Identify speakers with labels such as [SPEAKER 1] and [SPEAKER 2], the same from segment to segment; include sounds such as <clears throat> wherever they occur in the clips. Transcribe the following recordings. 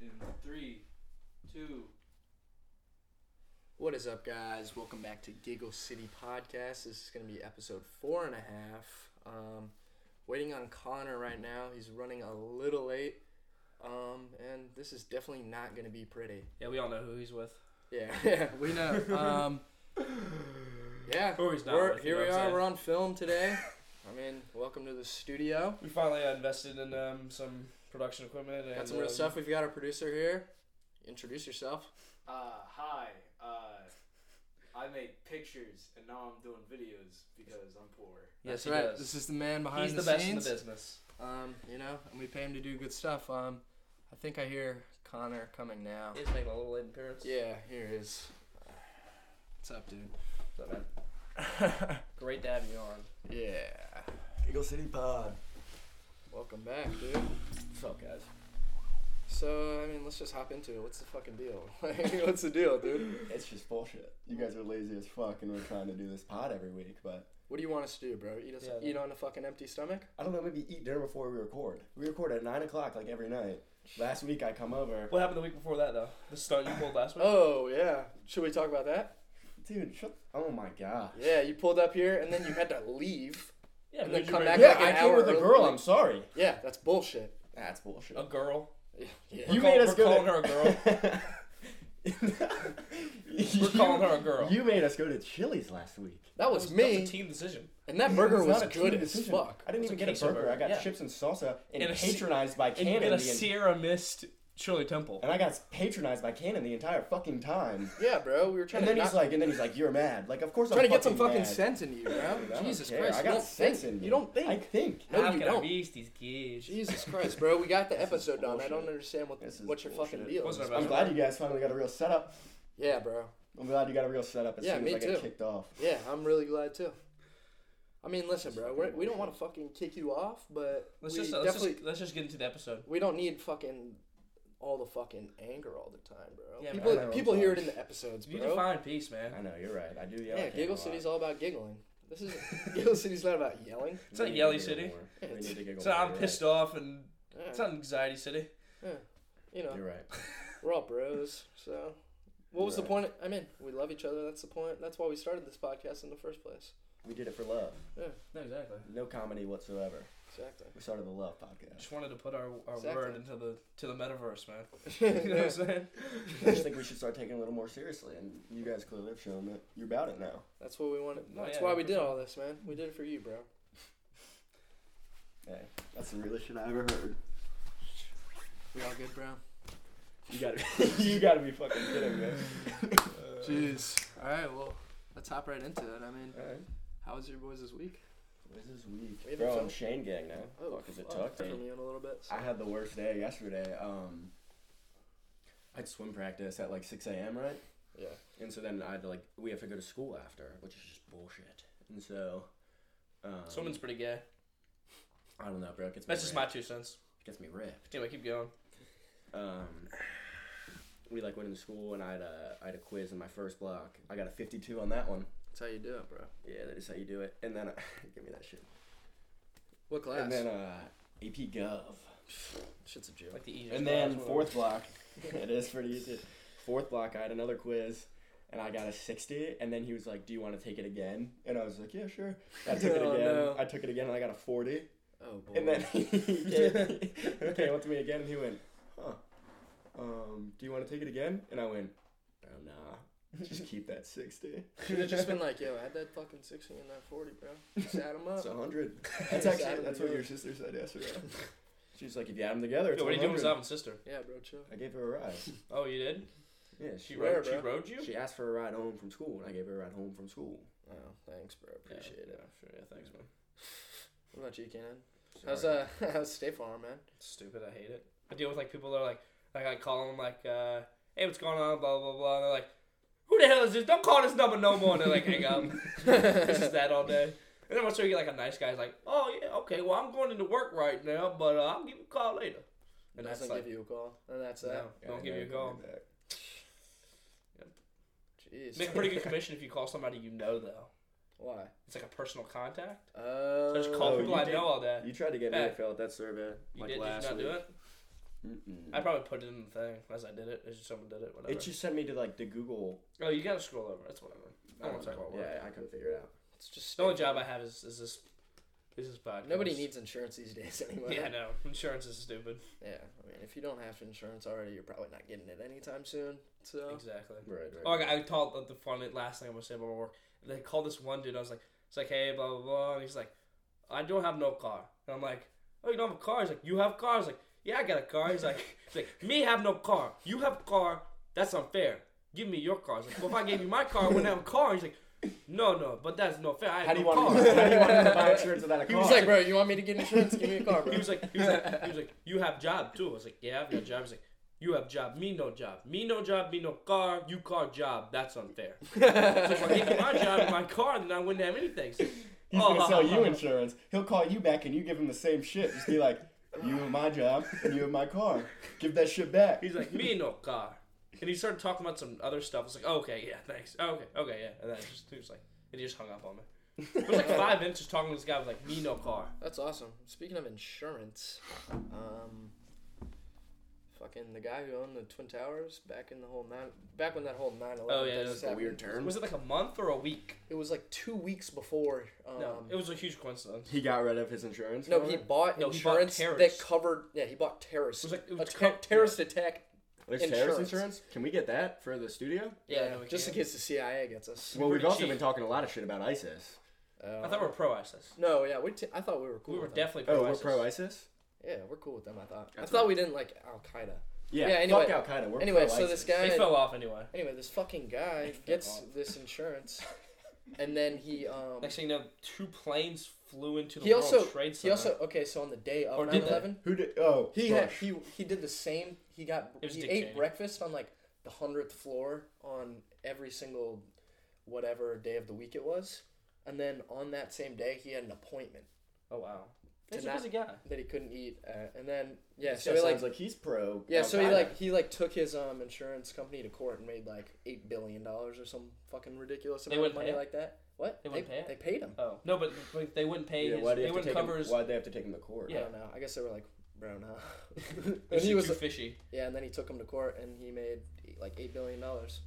[SPEAKER 1] in three, two.
[SPEAKER 2] What is up, guys? Welcome back to Giggle City Podcast. This is going to be episode four and a half. Um, waiting on Connor right now. He's running a little late. Um, and this is definitely not going to be pretty.
[SPEAKER 3] Yeah, we all know who he's with.
[SPEAKER 2] Yeah, yeah, <laughs> we know. Um, <laughs> yeah,
[SPEAKER 3] Or he's not
[SPEAKER 2] we're-
[SPEAKER 3] with,
[SPEAKER 2] here
[SPEAKER 3] you know
[SPEAKER 2] we
[SPEAKER 3] what I'm
[SPEAKER 2] are.
[SPEAKER 3] saying?
[SPEAKER 2] We're on film today. I mean, welcome to the studio.
[SPEAKER 3] <sighs> We finally uh, invested in um, some production equipment. And,
[SPEAKER 2] Got some real
[SPEAKER 3] um,
[SPEAKER 2] stuff. We've got our producer here. Introduce yourself.
[SPEAKER 1] Uh, hi. Uh, I make pictures and now I'm doing videos because I'm poor.
[SPEAKER 2] That's
[SPEAKER 3] Yes, he
[SPEAKER 2] right.
[SPEAKER 3] does.
[SPEAKER 2] This is the man behind
[SPEAKER 3] he's the,
[SPEAKER 2] the,
[SPEAKER 3] best
[SPEAKER 2] scenes.
[SPEAKER 3] in the business.
[SPEAKER 2] Um, you know, and we pay him to do good stuff. Um, I think I hear Connor coming now.
[SPEAKER 3] He's making a little late appearance.
[SPEAKER 2] Yeah, here he is. What's up, dude?
[SPEAKER 3] So, man, <laughs> great to have you on.
[SPEAKER 2] yeah.
[SPEAKER 4] Giggle City Pod.
[SPEAKER 2] Welcome back, dude.
[SPEAKER 3] What's up, guys?
[SPEAKER 2] So, I mean, let's just hop into it. What's the fucking deal? <laughs> Like, what's the deal, dude?
[SPEAKER 4] It's just bullshit. You guys are lazy as fuck, and we're trying to do this pod every week, but
[SPEAKER 2] What do you want us to do, bro? Eat us?
[SPEAKER 3] Yeah,
[SPEAKER 2] eat on a fucking empty stomach?
[SPEAKER 4] I don't know. Maybe eat dinner before we record. We record at nine o'clock like every night. Last week I come over,
[SPEAKER 3] What happened the week before that, though? The stunt you pulled last week?
[SPEAKER 2] Oh yeah. Should we talk about that?
[SPEAKER 4] dude. Shut. Oh my god.
[SPEAKER 2] Yeah, you pulled up here and then you had to leave.
[SPEAKER 3] yeah,
[SPEAKER 2] and
[SPEAKER 3] but
[SPEAKER 2] then
[SPEAKER 3] you
[SPEAKER 2] come
[SPEAKER 3] bring-
[SPEAKER 2] back
[SPEAKER 4] Yeah,
[SPEAKER 2] like an
[SPEAKER 4] I came
[SPEAKER 2] hour
[SPEAKER 4] with a
[SPEAKER 2] early.
[SPEAKER 4] girl. I'm sorry.
[SPEAKER 2] Yeah, that's bullshit.
[SPEAKER 4] That's bullshit.
[SPEAKER 3] A girl.
[SPEAKER 2] Yeah.
[SPEAKER 3] We're
[SPEAKER 4] You
[SPEAKER 3] call-
[SPEAKER 4] made us
[SPEAKER 3] we're
[SPEAKER 4] go.
[SPEAKER 3] calling
[SPEAKER 4] to...
[SPEAKER 3] her a
[SPEAKER 2] <laughs>
[SPEAKER 4] <laughs>
[SPEAKER 3] girl.
[SPEAKER 4] we're
[SPEAKER 3] We're calling her a girl.
[SPEAKER 4] You made us go to Chili's last week.
[SPEAKER 2] That
[SPEAKER 3] That
[SPEAKER 2] was
[SPEAKER 3] That was a
[SPEAKER 2] me.
[SPEAKER 3] team decision.
[SPEAKER 2] And that
[SPEAKER 4] It's
[SPEAKER 2] burger was
[SPEAKER 4] not a
[SPEAKER 2] good
[SPEAKER 4] team
[SPEAKER 2] as
[SPEAKER 4] decision.
[SPEAKER 2] fuck.
[SPEAKER 4] I didn't
[SPEAKER 3] It's
[SPEAKER 4] even
[SPEAKER 3] a
[SPEAKER 4] get a
[SPEAKER 3] queso
[SPEAKER 4] burger.
[SPEAKER 3] burger,
[SPEAKER 4] I got
[SPEAKER 3] yeah.
[SPEAKER 4] chips and salsa and,
[SPEAKER 3] And a se-
[SPEAKER 4] patronized by
[SPEAKER 3] And you
[SPEAKER 4] Cannon.
[SPEAKER 3] get a
[SPEAKER 4] the en-
[SPEAKER 3] Sierra Mist Shirley Temple.
[SPEAKER 4] and I got patronized by Cannon the entire fucking time.
[SPEAKER 2] Yeah, bro. We were trying
[SPEAKER 4] And
[SPEAKER 2] to
[SPEAKER 4] then
[SPEAKER 2] not-
[SPEAKER 4] he's like, and then he's like, you're mad. Like, of course
[SPEAKER 2] trying
[SPEAKER 4] I'm
[SPEAKER 2] to get some
[SPEAKER 4] fucking
[SPEAKER 2] fucking
[SPEAKER 4] mad.
[SPEAKER 2] sense into you, bro.
[SPEAKER 4] Dude, I don't
[SPEAKER 2] Jesus
[SPEAKER 4] care.
[SPEAKER 2] Christ,
[SPEAKER 4] I
[SPEAKER 2] you
[SPEAKER 4] got
[SPEAKER 2] don't
[SPEAKER 4] sense
[SPEAKER 2] think.
[SPEAKER 4] in me.
[SPEAKER 2] You don't think.
[SPEAKER 4] I think.
[SPEAKER 2] No,
[SPEAKER 3] How
[SPEAKER 2] you
[SPEAKER 3] can I
[SPEAKER 2] don't.
[SPEAKER 3] reach these kids?
[SPEAKER 4] <laughs>
[SPEAKER 2] Jesus Christ, bro. We got the
[SPEAKER 4] This is
[SPEAKER 2] episode done. I don't
[SPEAKER 4] bullshit.
[SPEAKER 2] understand what
[SPEAKER 4] This is
[SPEAKER 2] what your fucking
[SPEAKER 4] bullshit.
[SPEAKER 2] deal is.
[SPEAKER 3] Wasn't
[SPEAKER 4] I'm
[SPEAKER 3] about-
[SPEAKER 4] glad you guys finally got a real setup.
[SPEAKER 2] Yeah, bro.
[SPEAKER 4] I'm glad you got a real setup as
[SPEAKER 2] Yeah,
[SPEAKER 4] soon
[SPEAKER 2] me
[SPEAKER 4] as I
[SPEAKER 2] too.
[SPEAKER 4] got kicked off.
[SPEAKER 2] Yeah, I'm really glad too. I mean, listen,
[SPEAKER 4] This is
[SPEAKER 2] bro.
[SPEAKER 4] fucking
[SPEAKER 2] We're, we don't
[SPEAKER 4] bullshit.
[SPEAKER 2] want to fucking kick you off, but
[SPEAKER 3] Let's
[SPEAKER 2] we
[SPEAKER 3] just, let's,
[SPEAKER 2] definitely
[SPEAKER 3] just, let's just get into the episode.
[SPEAKER 2] we don't need fucking all the fucking anger all the time, bro.
[SPEAKER 3] Yeah,
[SPEAKER 2] people
[SPEAKER 4] man, I know,
[SPEAKER 2] people
[SPEAKER 4] I'm
[SPEAKER 2] hear it
[SPEAKER 4] sorry.
[SPEAKER 2] in the episodes,
[SPEAKER 3] You
[SPEAKER 2] bro.
[SPEAKER 3] can find peace, man.
[SPEAKER 4] I know you're right. I do. yell
[SPEAKER 2] yeah,
[SPEAKER 4] at Cannon
[SPEAKER 2] Giggle
[SPEAKER 4] a lot.
[SPEAKER 2] City's all about giggling. This is <laughs> Giggle City's not about
[SPEAKER 4] <laughs>
[SPEAKER 2] yelling.
[SPEAKER 4] We
[SPEAKER 3] It's not
[SPEAKER 4] need to
[SPEAKER 3] Yelly
[SPEAKER 4] giggle
[SPEAKER 3] City.
[SPEAKER 4] more.
[SPEAKER 2] Yeah,
[SPEAKER 4] We
[SPEAKER 2] it's-
[SPEAKER 4] need to giggle
[SPEAKER 3] So
[SPEAKER 4] more,
[SPEAKER 3] I'm
[SPEAKER 4] you're
[SPEAKER 3] pissed off and
[SPEAKER 2] Yeah,
[SPEAKER 3] it's not anxiety city.
[SPEAKER 2] you know,
[SPEAKER 4] Right. You're right.
[SPEAKER 2] we're all bros, so. What was the
[SPEAKER 4] Right.
[SPEAKER 2] point? I mean, we love each other. That's the point. That's why we started this podcast in the first place.
[SPEAKER 4] We did it for love.
[SPEAKER 3] No, exactly.
[SPEAKER 4] No comedy whatsoever.
[SPEAKER 2] Exactly.
[SPEAKER 4] We started the love podcast.
[SPEAKER 3] Just wanted to put our, our
[SPEAKER 2] Exactly.
[SPEAKER 3] word into the to the metaverse,
[SPEAKER 2] <laughs>
[SPEAKER 3] man. <laughs> you know what I'm saying?
[SPEAKER 4] I just think we should start taking it a little more seriously, and you guys clearly have shown that you're about it now.
[SPEAKER 2] That's what we wanted.
[SPEAKER 3] No,
[SPEAKER 2] That's
[SPEAKER 3] yeah,
[SPEAKER 2] why we
[SPEAKER 3] for
[SPEAKER 2] did
[SPEAKER 3] sure.
[SPEAKER 2] all this, man. We did it for you, bro.
[SPEAKER 4] Hey, that's the realest shit I ever heard.
[SPEAKER 2] We all good, bro.
[SPEAKER 4] You gotta, <laughs> you gotta be fucking kidding me.
[SPEAKER 2] Uh, Jeez. All right. Well, let's hop right into it. I mean,
[SPEAKER 4] All right.
[SPEAKER 2] how was your boys this week?
[SPEAKER 4] This is
[SPEAKER 2] We haven't
[SPEAKER 4] Bro, I'm
[SPEAKER 2] filmed-
[SPEAKER 4] Shane Gang now. Oh, fuck, is it tucked?
[SPEAKER 2] for
[SPEAKER 4] in?
[SPEAKER 2] Oh, me in a little bit. so-
[SPEAKER 4] I had the worst day yesterday. Um, I had swim practice at like 6 a.m., right?
[SPEAKER 2] Yeah.
[SPEAKER 4] And so then I had to like, we have to go to school after, which is just bullshit. And so. Um,
[SPEAKER 3] Swimming's pretty gay.
[SPEAKER 4] I don't know, bro. It gets me
[SPEAKER 3] That's just my
[SPEAKER 4] ripped.
[SPEAKER 3] two cents.
[SPEAKER 4] gets me ripped.
[SPEAKER 3] Anyway, keep going.
[SPEAKER 4] um, we like went into school and I had a I had a quiz in my first block. I got a 52 on that one.
[SPEAKER 2] That's how you do it, bro.
[SPEAKER 4] Yeah, that is how you do it. And then <laughs> give me that shit.
[SPEAKER 2] What class?
[SPEAKER 4] And then uh, AP Gov.
[SPEAKER 2] <sighs> Shit's a joke.
[SPEAKER 3] Like the easiest.
[SPEAKER 4] And then fourth
[SPEAKER 3] <laughs>
[SPEAKER 4] block. <laughs> it is pretty easy. Fourth block, I had another quiz. And I got a 60, and then he was like, Do you want to take it again? And I was like, Yeah, sure. I took it
[SPEAKER 2] Oh,
[SPEAKER 4] again.
[SPEAKER 2] no.
[SPEAKER 4] I took it again, and I got a 40.
[SPEAKER 2] Oh boy. <laughs>
[SPEAKER 4] And then <laughs> he came, <laughs> he came up to me again and he went, huh, um, do you want to take it again? And I went, oh, nah, just keep that 60.
[SPEAKER 2] <laughs> Should have just been
[SPEAKER 4] <laughs>
[SPEAKER 2] like, yo, add that fucking 60 and that 40, bro. Just add 'em <laughs> up.
[SPEAKER 4] It's 100. That's
[SPEAKER 2] Just
[SPEAKER 4] actually,
[SPEAKER 2] add 'em
[SPEAKER 4] that's what your
[SPEAKER 2] together.
[SPEAKER 4] sister said yesterday. She's like, if you add them together, it's
[SPEAKER 3] Yo, what are you doing with
[SPEAKER 4] 100."
[SPEAKER 3] Salvin's sister?
[SPEAKER 2] Yeah, bro, chill.
[SPEAKER 4] I gave her a ride.
[SPEAKER 2] <laughs>
[SPEAKER 3] Oh, you did?
[SPEAKER 4] Yeah, she,
[SPEAKER 3] She
[SPEAKER 2] Where,
[SPEAKER 3] rode, she
[SPEAKER 2] bro?
[SPEAKER 3] rode you?
[SPEAKER 4] she asked for a ride home from school, and I gave her a ride home from school.
[SPEAKER 2] Oh, thanks, bro. Appreciate
[SPEAKER 3] yeah,
[SPEAKER 2] it.
[SPEAKER 3] Sure, yeah, thanks, man.
[SPEAKER 2] What about you, Kenan?
[SPEAKER 4] Sorry.
[SPEAKER 2] How's uh, <laughs> how's State Farm, man?
[SPEAKER 3] Stupid, I hate it. I deal with like people that are like, like I call them like, uh, hey, what's going on? Blah, blah, blah. And they're like, who the hell is this? Don't call this number no more. And <laughs> they like, hang up.
[SPEAKER 2] <laughs>
[SPEAKER 3] It's just that all
[SPEAKER 4] <laughs>
[SPEAKER 3] day. And then once you get like a nice guy's like, oh yeah, okay, well I'm going into work right now, but uh, I'll give you a call later. And that's
[SPEAKER 2] Doesn't
[SPEAKER 3] like,
[SPEAKER 2] give you a call, and that's uh,
[SPEAKER 3] no,
[SPEAKER 2] that.
[SPEAKER 4] Yeah,
[SPEAKER 3] don't give
[SPEAKER 4] no,
[SPEAKER 3] you a call.
[SPEAKER 4] give me that.
[SPEAKER 2] Jeez.
[SPEAKER 3] Make a
[SPEAKER 4] <laughs>
[SPEAKER 3] pretty good commission if you call somebody you know though.
[SPEAKER 2] Why?
[SPEAKER 3] It's like a personal contact.
[SPEAKER 2] Uh,
[SPEAKER 3] So I just call
[SPEAKER 4] Oh,
[SPEAKER 3] people
[SPEAKER 4] you
[SPEAKER 3] I
[SPEAKER 4] did-
[SPEAKER 3] know all day.
[SPEAKER 4] You tried to get me
[SPEAKER 3] Hey.
[SPEAKER 4] to fill out that survey
[SPEAKER 3] You
[SPEAKER 4] like
[SPEAKER 3] did, did you
[SPEAKER 4] last
[SPEAKER 3] not
[SPEAKER 4] week.
[SPEAKER 3] do it? I probably put it in the thing as I did it. It's just someone did it. Whatever.
[SPEAKER 4] It just sent me to like the Google.
[SPEAKER 3] oh, you gotta scroll over. That's whatever. I don't want to talk about work.
[SPEAKER 4] Yeah, I couldn't figure it out.
[SPEAKER 2] It's just
[SPEAKER 3] The only job I have is, is this. Is this podcast?
[SPEAKER 2] Nobody needs insurance these days <laughs> anyway.
[SPEAKER 3] <laughs> Yeah, no. Insurance is stupid.
[SPEAKER 2] Yeah, I mean, if you don't have insurance already, you're probably not getting it anytime soon. So
[SPEAKER 3] Exactly.
[SPEAKER 4] Right, right.
[SPEAKER 3] Oh, I, got- I told the, the funny last thing I'm gonna say about work. They called this one dude. I was like, it's like, hey, blah blah blah, and he's like, I don't have no car. And I'm like, oh, you don't have a car? He's like, you have cars? Like, yeah, I got a car. He's like, he's like, me have no car. You have car. That's unfair. Give me your car. I was like, well, if I gave you my car, I wouldn't have a car. He's like, no, no, but that's not fair. I have
[SPEAKER 4] How do you
[SPEAKER 3] no
[SPEAKER 4] want
[SPEAKER 3] car.
[SPEAKER 4] me? How <laughs> do you want me to
[SPEAKER 3] <laughs>
[SPEAKER 4] buy insurance without a car?
[SPEAKER 2] he was like, "Bro, you want me to get insurance? Give me a car, bro." <laughs>
[SPEAKER 3] He was like, he was like, he was like, you have job too. I was like, yeah, I've got a job. He's like, you have job, me no job, me no job, me no car, you car job. That's unfair. so if I give you my
[SPEAKER 2] <laughs>
[SPEAKER 3] job and my car, then I wouldn't have anything. So,
[SPEAKER 4] He's
[SPEAKER 3] oh,
[SPEAKER 4] gonna sell you insurance. He'll call you back and you give him the same shit. Just be like, you in my job and you in my car. Give that shit back. <laughs>
[SPEAKER 3] He's like, me no car. And he started talking about some other stuff. I was like, okay, yeah, thanks. Oh, okay, okay, yeah. And then just, he was like, and he just hung up on me. It was like five minutes just talking to this guy. I was like, me no car.
[SPEAKER 2] That's awesome. Speaking of insurance, um, fucking the guy who owned the Twin Towers back in the whole nine, back when that whole nine eleven.
[SPEAKER 3] Oh, yeah, that was a
[SPEAKER 4] weird term.
[SPEAKER 3] Was it like a month or a week?
[SPEAKER 2] It was like two weeks before. Um,
[SPEAKER 3] No,
[SPEAKER 2] no,
[SPEAKER 3] it was a huge coincidence.
[SPEAKER 4] He got rid of his insurance.
[SPEAKER 2] he bought
[SPEAKER 3] No, he bought
[SPEAKER 2] insurance that
[SPEAKER 3] terrorist.
[SPEAKER 2] covered. Yeah, he bought terrorist.
[SPEAKER 3] It was like- it
[SPEAKER 2] a
[SPEAKER 3] was
[SPEAKER 2] ter-
[SPEAKER 3] co-
[SPEAKER 2] terrorist attack.
[SPEAKER 4] There's
[SPEAKER 2] Insurance.
[SPEAKER 4] terrorist insurance. Can we get that for the studio?
[SPEAKER 3] Yeah,
[SPEAKER 2] Yeah,
[SPEAKER 3] no, we
[SPEAKER 2] just in
[SPEAKER 3] can't.
[SPEAKER 2] case the CIA gets us.
[SPEAKER 4] Well, we've
[SPEAKER 3] pretty
[SPEAKER 4] also
[SPEAKER 3] cheap.
[SPEAKER 4] been talking a lot of shit about ISIS.
[SPEAKER 2] Uh,
[SPEAKER 3] I thought we were pro ISIS.
[SPEAKER 2] No, yeah, we. T- I thought we were cool.
[SPEAKER 3] We were
[SPEAKER 2] with them.
[SPEAKER 3] definitely pro
[SPEAKER 4] Oh,
[SPEAKER 3] ISIS.
[SPEAKER 4] we're pro ISIS.
[SPEAKER 2] Yeah, we're cool with them. I thought.
[SPEAKER 4] That's
[SPEAKER 2] I thought we didn't like Al Qaeda.
[SPEAKER 4] Yeah.
[SPEAKER 2] Yeah, anyway.
[SPEAKER 4] Fuck Al Qaeda. We're
[SPEAKER 2] Anyway,
[SPEAKER 4] pro-ISIS.
[SPEAKER 2] so this guy.
[SPEAKER 3] They fell off anyway.
[SPEAKER 2] Anyway, this fucking guy gets this insurance, and then he um
[SPEAKER 3] Next thing you know, two planes flew into the
[SPEAKER 2] he
[SPEAKER 3] World
[SPEAKER 2] also
[SPEAKER 3] Trade Center.
[SPEAKER 2] he also okay. So on the day of
[SPEAKER 3] Or
[SPEAKER 2] nine
[SPEAKER 3] did they?
[SPEAKER 2] eleven,
[SPEAKER 4] Who did? Oh,
[SPEAKER 2] he had,
[SPEAKER 4] Bush.
[SPEAKER 2] he he did the same. He got
[SPEAKER 3] It was
[SPEAKER 2] he
[SPEAKER 3] Dick
[SPEAKER 2] ate
[SPEAKER 3] Cheney.
[SPEAKER 2] breakfast on like the hundredth floor on every single whatever day of the week it was, and then on that same day he had an appointment
[SPEAKER 3] oh wow, he's
[SPEAKER 2] not-
[SPEAKER 3] a busy guy.
[SPEAKER 2] that he couldn't eat, uh, and then yeah,
[SPEAKER 4] That
[SPEAKER 2] so he like
[SPEAKER 4] sounds like he's pro.
[SPEAKER 2] yeah,
[SPEAKER 4] Al
[SPEAKER 2] so he
[SPEAKER 4] Qaeda.
[SPEAKER 2] like he like took his um insurance company to court and made like eight billion dollars or some fucking ridiculous
[SPEAKER 3] They
[SPEAKER 2] amount of
[SPEAKER 3] wouldn't
[SPEAKER 2] money
[SPEAKER 3] pay him?
[SPEAKER 2] like that. What
[SPEAKER 3] They wouldn't pay him?
[SPEAKER 2] They paid him.
[SPEAKER 3] Oh no, but, but they wouldn't pay.
[SPEAKER 4] Yeah,
[SPEAKER 3] his,
[SPEAKER 4] why do
[SPEAKER 3] they
[SPEAKER 4] you have to
[SPEAKER 3] wouldn't
[SPEAKER 4] take
[SPEAKER 3] cover
[SPEAKER 4] him?
[SPEAKER 3] his.
[SPEAKER 4] Why'd they have to take him to court?
[SPEAKER 2] I
[SPEAKER 3] Yeah.
[SPEAKER 2] don't know. I guess they were like, bro, no.
[SPEAKER 3] This
[SPEAKER 2] <laughs> and
[SPEAKER 3] is
[SPEAKER 2] he was,
[SPEAKER 3] too fishy.
[SPEAKER 2] yeah, and then he took him to court and he made like eight billion dollars.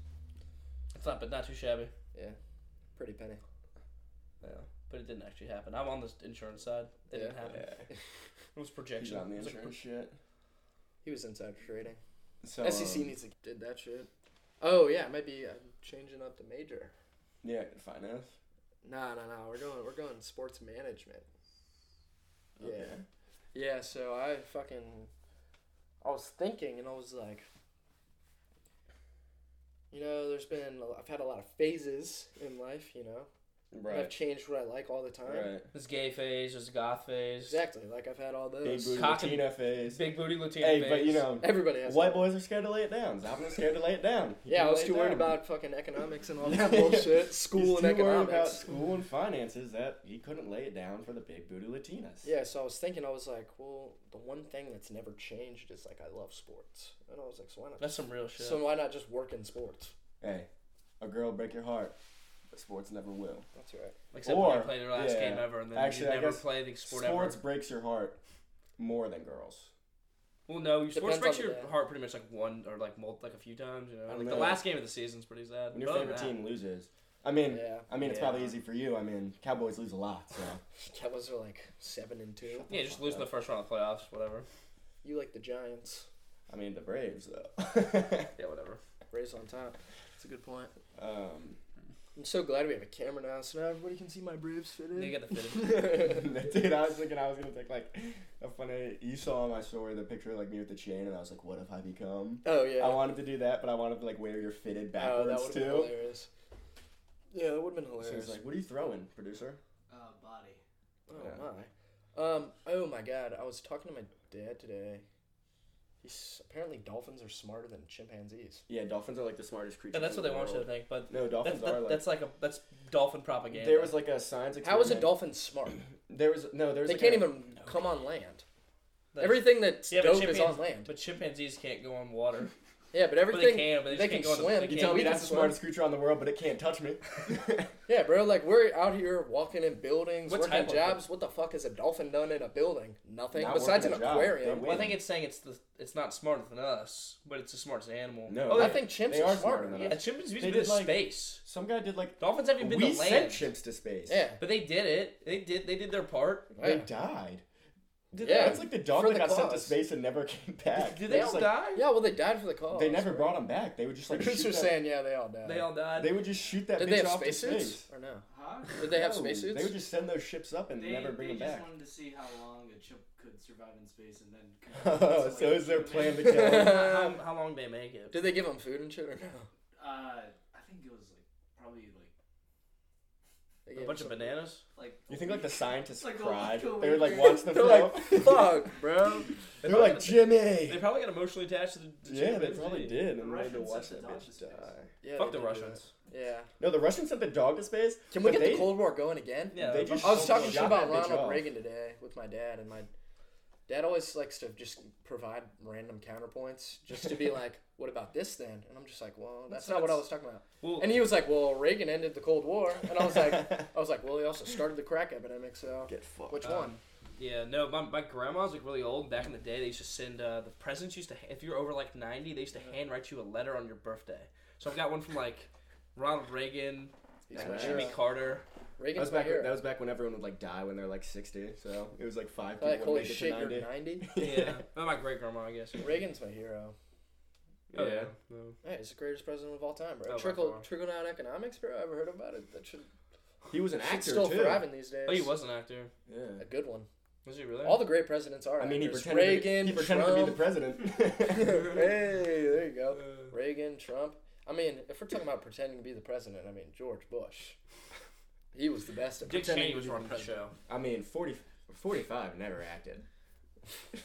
[SPEAKER 3] It's not, but not too shabby.
[SPEAKER 2] Pretty penny.
[SPEAKER 3] Yeah, but it didn't actually happen. I'm on the insurance side. It didn't
[SPEAKER 2] Yeah.
[SPEAKER 3] happen.
[SPEAKER 4] Yeah.
[SPEAKER 3] <laughs> It was
[SPEAKER 4] He's
[SPEAKER 3] projection.
[SPEAKER 4] on the
[SPEAKER 3] It was like-
[SPEAKER 4] insurance shit.
[SPEAKER 2] He was insider trading.
[SPEAKER 4] So,
[SPEAKER 2] SEC
[SPEAKER 4] um,
[SPEAKER 2] needs to did that shit. Oh yeah, maybe uh, changing up the major.
[SPEAKER 4] Yeah, finance.
[SPEAKER 2] No, no, no. We're going. We're going sports management. Yeah.
[SPEAKER 4] Okay.
[SPEAKER 2] Yeah, so I fucking I was thinking and I was like you know, there's been I've had a lot of phases in life, you know. and I've
[SPEAKER 4] Right.
[SPEAKER 2] changed what I like all the time.
[SPEAKER 4] Right.
[SPEAKER 3] There's gay phase. There's goth phase.
[SPEAKER 2] Exactly. Like I've had all
[SPEAKER 4] Big
[SPEAKER 2] those.
[SPEAKER 4] booty
[SPEAKER 3] Cock and-
[SPEAKER 4] Latina face.
[SPEAKER 3] Big booty Latina
[SPEAKER 4] Hey,
[SPEAKER 3] phase.
[SPEAKER 4] but
[SPEAKER 2] <laughs>
[SPEAKER 4] you know,
[SPEAKER 2] Everybody has.
[SPEAKER 4] white boys are scared to lay it down. Zappa's scared to lay it down. He
[SPEAKER 2] yeah, I
[SPEAKER 4] can
[SPEAKER 2] was
[SPEAKER 4] lay it
[SPEAKER 2] too worried
[SPEAKER 4] down.
[SPEAKER 2] about fucking economics and all
[SPEAKER 4] Yeah.
[SPEAKER 2] that bullshit.
[SPEAKER 4] He's
[SPEAKER 2] School and
[SPEAKER 4] too worried about
[SPEAKER 2] economics.
[SPEAKER 4] school and finances that he couldn't lay it down for the big booty Latinas.
[SPEAKER 2] Yeah, so I was thinking I was like, well, the one thing that's never changed is like I love sports. And I was like, so why not?
[SPEAKER 3] that's some real shit.
[SPEAKER 2] So why not just work in sports?
[SPEAKER 4] Hey, a girl break your heart, but sports never will.
[SPEAKER 2] That's right.
[SPEAKER 3] Except when
[SPEAKER 4] or-
[SPEAKER 3] you play their last
[SPEAKER 4] yeah.
[SPEAKER 3] game ever, and then
[SPEAKER 4] Actually,
[SPEAKER 3] you
[SPEAKER 4] I
[SPEAKER 3] never
[SPEAKER 4] guess
[SPEAKER 3] play the sport
[SPEAKER 4] sports
[SPEAKER 3] ever.
[SPEAKER 4] breaks your heart more than girls.
[SPEAKER 3] Well, no, you sports
[SPEAKER 2] Depends
[SPEAKER 3] breaks
[SPEAKER 2] on the
[SPEAKER 3] your
[SPEAKER 2] day.
[SPEAKER 3] heart pretty much like one or like multi, like a few times. You know,
[SPEAKER 4] I
[SPEAKER 3] like the
[SPEAKER 4] know.
[SPEAKER 3] last game of the season's pretty sad.
[SPEAKER 4] When your
[SPEAKER 3] Other
[SPEAKER 4] favorite
[SPEAKER 3] than that-
[SPEAKER 4] team loses, I mean,
[SPEAKER 2] Yeah. <laughs>
[SPEAKER 4] I mean, it's
[SPEAKER 3] Yeah.
[SPEAKER 4] probably easy for you. I mean, Cowboys lose a lot, so
[SPEAKER 2] Cowboys are like seven and two.
[SPEAKER 3] Yeah, just lose in the first round of the playoffs, whatever.
[SPEAKER 2] You like the Giants.
[SPEAKER 4] I mean the Braves though. <laughs>
[SPEAKER 3] Yeah, whatever.
[SPEAKER 2] Rays on top. That's a good point.
[SPEAKER 4] um, <laughs>
[SPEAKER 2] I'm so glad we have a camera now, so now everybody can see my boobs fit in.
[SPEAKER 3] They got the fitting.
[SPEAKER 4] Dude, I was thinking I was gonna take like a funny. You saw on my story the picture of like me with the chain, and I was like, "What have I become?"
[SPEAKER 2] <laughs> oh yeah.
[SPEAKER 4] I wanted to do that, but I wanted to like wear your fitted
[SPEAKER 2] oh, that
[SPEAKER 4] backwards
[SPEAKER 2] would've been
[SPEAKER 4] too.
[SPEAKER 2] hilarious. Yeah, that would have been
[SPEAKER 4] So
[SPEAKER 2] hilarious.
[SPEAKER 4] he's like, "What are you throwing, producer?"
[SPEAKER 1] Uh, body.
[SPEAKER 2] oh
[SPEAKER 4] Yeah.
[SPEAKER 2] my. Um. Oh my God. I was talking to my dad today. He's apparently dolphins are smarter than chimpanzees.
[SPEAKER 4] Yeah, dolphins are like the smartest creatures.
[SPEAKER 3] And that's
[SPEAKER 4] in
[SPEAKER 3] what they
[SPEAKER 4] the
[SPEAKER 3] want you to
[SPEAKER 4] world.
[SPEAKER 3] think, but
[SPEAKER 4] No, dolphins
[SPEAKER 3] that's, that,
[SPEAKER 4] are like.
[SPEAKER 3] that's like a that's dolphin propaganda.
[SPEAKER 4] there was like a science experiment.
[SPEAKER 2] How is a dolphin smart?
[SPEAKER 4] There was no. There was.
[SPEAKER 2] they
[SPEAKER 4] like,
[SPEAKER 2] can't
[SPEAKER 4] a-
[SPEAKER 2] even come on land.
[SPEAKER 3] That's-
[SPEAKER 2] Everything that's
[SPEAKER 3] Yeah, but
[SPEAKER 2] dope is on
[SPEAKER 3] chimpanzees-
[SPEAKER 2] land.
[SPEAKER 3] but chimpanzees can't go on water.
[SPEAKER 2] Yeah, but
[SPEAKER 3] But they
[SPEAKER 2] everything.
[SPEAKER 3] can, but they,
[SPEAKER 2] they
[SPEAKER 3] just
[SPEAKER 2] can
[SPEAKER 3] can't go
[SPEAKER 2] swim.
[SPEAKER 3] in the,
[SPEAKER 4] You
[SPEAKER 3] they
[SPEAKER 4] tell
[SPEAKER 3] can't
[SPEAKER 2] we
[SPEAKER 4] me that's
[SPEAKER 2] can
[SPEAKER 4] the
[SPEAKER 2] swim.
[SPEAKER 4] smartest creature on the world, but it can't
[SPEAKER 2] <laughs>
[SPEAKER 4] touch me.
[SPEAKER 2] Yeah, bro. Like we're out here walking in buildings,
[SPEAKER 3] What type
[SPEAKER 2] working
[SPEAKER 3] of-
[SPEAKER 2] jobs. What the fuck has a dolphin done in a building? Nothing
[SPEAKER 4] Not
[SPEAKER 2] besides an
[SPEAKER 4] working a job.
[SPEAKER 2] aquarium.
[SPEAKER 4] They
[SPEAKER 3] Well, I
[SPEAKER 4] win.
[SPEAKER 3] think it's saying it's the it's not smarter than us, but it's the smartest animal.
[SPEAKER 4] No.
[SPEAKER 3] oh,
[SPEAKER 2] I
[SPEAKER 3] yeah.
[SPEAKER 2] think chimps
[SPEAKER 4] They
[SPEAKER 2] are smarter
[SPEAKER 4] are smarter
[SPEAKER 2] than
[SPEAKER 4] than
[SPEAKER 3] yeah,
[SPEAKER 2] us.
[SPEAKER 3] chimps have
[SPEAKER 4] They
[SPEAKER 3] been
[SPEAKER 4] did,
[SPEAKER 3] to
[SPEAKER 4] like-
[SPEAKER 3] space.
[SPEAKER 4] Some guy did like
[SPEAKER 3] Dolphins haven't been
[SPEAKER 4] we
[SPEAKER 3] to land,
[SPEAKER 4] sent ships to space.
[SPEAKER 2] Yeah.
[SPEAKER 3] but they did it. They did. They did their part.
[SPEAKER 4] They
[SPEAKER 2] Yeah.
[SPEAKER 4] died. Did
[SPEAKER 2] Yeah,
[SPEAKER 4] That's like the dog
[SPEAKER 2] for
[SPEAKER 4] that
[SPEAKER 2] the
[SPEAKER 4] got sent to
[SPEAKER 2] cause.
[SPEAKER 4] space and never <laughs> came back.
[SPEAKER 3] Did they
[SPEAKER 4] It's
[SPEAKER 3] all
[SPEAKER 4] like,
[SPEAKER 3] die?
[SPEAKER 2] Yeah, well, they died for the cause.
[SPEAKER 4] They
[SPEAKER 2] <laughs>
[SPEAKER 4] never brought him back. They would just like shoot
[SPEAKER 2] Producers
[SPEAKER 4] that,
[SPEAKER 2] saying, yeah, they all died.
[SPEAKER 3] They all died.
[SPEAKER 4] They would just shoot that
[SPEAKER 2] Did
[SPEAKER 4] bitch
[SPEAKER 2] they have
[SPEAKER 4] off to
[SPEAKER 2] spacesuits
[SPEAKER 4] space.
[SPEAKER 2] or no?
[SPEAKER 1] <laughs> Huh?
[SPEAKER 2] Did they have
[SPEAKER 4] No,
[SPEAKER 2] spacesuits?
[SPEAKER 4] They would just send those ships up and
[SPEAKER 1] They,
[SPEAKER 4] never
[SPEAKER 1] they
[SPEAKER 4] bring them
[SPEAKER 1] just
[SPEAKER 4] back.
[SPEAKER 1] wanted to see how long a chimp could survive in space and
[SPEAKER 4] <laughs>
[SPEAKER 1] then.
[SPEAKER 4] Oh,
[SPEAKER 1] like,
[SPEAKER 4] so is their plan to
[SPEAKER 1] uh, <laughs>
[SPEAKER 4] kill him?
[SPEAKER 3] how,
[SPEAKER 4] <laughs>
[SPEAKER 3] how long did they make it?
[SPEAKER 2] Did they give them food and shit or no?
[SPEAKER 1] Uh, I think it was like probably like
[SPEAKER 2] They
[SPEAKER 3] a
[SPEAKER 2] gave
[SPEAKER 3] bunch of
[SPEAKER 2] them
[SPEAKER 3] <laughs> bananas.
[SPEAKER 1] like.
[SPEAKER 4] You
[SPEAKER 1] <laughs>
[SPEAKER 4] think like the scientists
[SPEAKER 1] It's like oh, a
[SPEAKER 4] cried?
[SPEAKER 1] little
[SPEAKER 4] They would like
[SPEAKER 1] weird.
[SPEAKER 4] watch the
[SPEAKER 2] They're
[SPEAKER 4] film.
[SPEAKER 2] like, <laughs> Fuck, bro.
[SPEAKER 3] They
[SPEAKER 4] They're
[SPEAKER 2] <laughs>
[SPEAKER 4] like
[SPEAKER 3] They
[SPEAKER 4] Jimmy.
[SPEAKER 3] probably got emotionally attached to the. To
[SPEAKER 4] Yeah, they
[SPEAKER 3] chimpanzees.
[SPEAKER 4] probably did, and
[SPEAKER 1] The
[SPEAKER 4] they had to
[SPEAKER 1] Russians
[SPEAKER 4] watch
[SPEAKER 1] sent
[SPEAKER 4] that
[SPEAKER 1] the
[SPEAKER 4] bitch
[SPEAKER 1] Dodgers
[SPEAKER 4] die.
[SPEAKER 1] to space.
[SPEAKER 2] Yeah,
[SPEAKER 3] Fuck
[SPEAKER 2] they
[SPEAKER 3] the
[SPEAKER 2] did do
[SPEAKER 3] Russians.
[SPEAKER 2] that. Yeah.
[SPEAKER 4] No, the Russians sent the dog to space.
[SPEAKER 2] Can we
[SPEAKER 4] but
[SPEAKER 2] get
[SPEAKER 4] they,
[SPEAKER 2] the Cold War going again?
[SPEAKER 3] Yeah,
[SPEAKER 4] They
[SPEAKER 3] they're
[SPEAKER 4] just
[SPEAKER 2] I was
[SPEAKER 3] probably-
[SPEAKER 2] talking shit
[SPEAKER 4] shot
[SPEAKER 2] about
[SPEAKER 4] that bitch
[SPEAKER 2] Ronald
[SPEAKER 4] off.
[SPEAKER 2] Reagan today with my dad, and my dad always likes to just provide random counterpoints, just to be
[SPEAKER 4] <laughs>
[SPEAKER 2] like, "What about this then?" And I'm just like, "Well, that's,
[SPEAKER 3] That's-
[SPEAKER 2] not what I was
[SPEAKER 3] that's-
[SPEAKER 2] talking about."
[SPEAKER 3] Well,
[SPEAKER 2] And he was like, "Well, Reagan ended the Cold War," and I was
[SPEAKER 4] <laughs>
[SPEAKER 2] like, "I was like, well, he also started the crack epidemic, so
[SPEAKER 4] Get fucked.
[SPEAKER 2] which
[SPEAKER 3] Um,
[SPEAKER 2] one?"
[SPEAKER 3] Yeah, no, my, my grandma's like really old. Back in the day, they used to send uh, the presidents used to if you're over like ninety, they used to handwrite you a letter on your birthday. So I've got one from like Ronald Reagan,
[SPEAKER 2] He's
[SPEAKER 4] Yeah,
[SPEAKER 2] my
[SPEAKER 3] Jimmy
[SPEAKER 2] hero. <laughs>
[SPEAKER 3] Carter.
[SPEAKER 4] That
[SPEAKER 2] Reagan's
[SPEAKER 4] was
[SPEAKER 2] my
[SPEAKER 4] back.
[SPEAKER 2] hero.
[SPEAKER 4] That was back when everyone would like die when they're like sixty. So it was like five people
[SPEAKER 2] like,
[SPEAKER 4] would
[SPEAKER 2] holy
[SPEAKER 4] make
[SPEAKER 2] shit,
[SPEAKER 4] it
[SPEAKER 2] you're
[SPEAKER 4] to <laughs> 90.
[SPEAKER 2] 90.
[SPEAKER 3] Yeah, Well, my great grandma, I guess.
[SPEAKER 2] Reagan's my hero.
[SPEAKER 3] Oh,
[SPEAKER 4] yeah.
[SPEAKER 3] no.
[SPEAKER 2] Hey, he's the greatest president of all time, bro.
[SPEAKER 3] Oh, by
[SPEAKER 2] trickle,
[SPEAKER 3] far.
[SPEAKER 2] trickle down economics, bro. Ever heard about it? That should
[SPEAKER 4] He was an
[SPEAKER 2] It's
[SPEAKER 4] actor
[SPEAKER 2] still
[SPEAKER 4] too.
[SPEAKER 2] thriving these days.
[SPEAKER 3] Oh, he was an actor.
[SPEAKER 4] Yeah.
[SPEAKER 2] a good one.
[SPEAKER 3] Was he really?
[SPEAKER 2] All the great presidents are.
[SPEAKER 4] I mean, he
[SPEAKER 2] actors.
[SPEAKER 4] pretended.
[SPEAKER 2] Reagan,
[SPEAKER 4] to, he pretended to be the <laughs>
[SPEAKER 2] Trump. <laughs>
[SPEAKER 4] president.
[SPEAKER 2] hey, there you
[SPEAKER 3] Uh,
[SPEAKER 2] go. Reagan, Trump. I mean, if we're talking about pretending to be the president, I mean George Bush. He was the best at
[SPEAKER 3] Dick
[SPEAKER 2] pretending.
[SPEAKER 3] Cheney
[SPEAKER 2] to
[SPEAKER 3] was
[SPEAKER 2] be the
[SPEAKER 3] running the
[SPEAKER 2] president.
[SPEAKER 3] show.
[SPEAKER 4] I mean, 40, 45 never acted.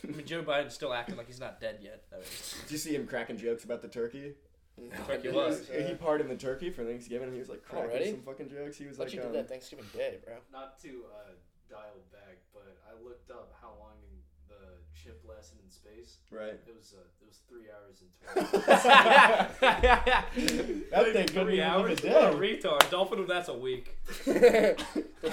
[SPEAKER 3] I mean, Joe Biden's still acting like he's not dead yet.
[SPEAKER 2] <laughs>
[SPEAKER 3] <laughs> I mean,
[SPEAKER 4] Did you see him cracking jokes about the turkey?
[SPEAKER 2] No,
[SPEAKER 3] Fuck, he
[SPEAKER 2] I
[SPEAKER 3] was.
[SPEAKER 2] didn't.
[SPEAKER 4] He- He pardoned the turkey for Thanksgiving, and he was like cracking
[SPEAKER 2] Already?
[SPEAKER 4] some fucking jokes. He was
[SPEAKER 2] But
[SPEAKER 4] like,
[SPEAKER 2] you did
[SPEAKER 4] um,
[SPEAKER 2] that Thanksgiving Day, bro.
[SPEAKER 1] Not to uh, dial back, but I looked up how long the chip lasted in space.
[SPEAKER 4] right.
[SPEAKER 1] It was uh, it was three hours
[SPEAKER 4] <laughs>
[SPEAKER 1] and twelve.
[SPEAKER 3] that
[SPEAKER 4] That thing couldn't even live a day.
[SPEAKER 3] What a retard. Dolphin, that's a week.
[SPEAKER 2] There's
[SPEAKER 1] I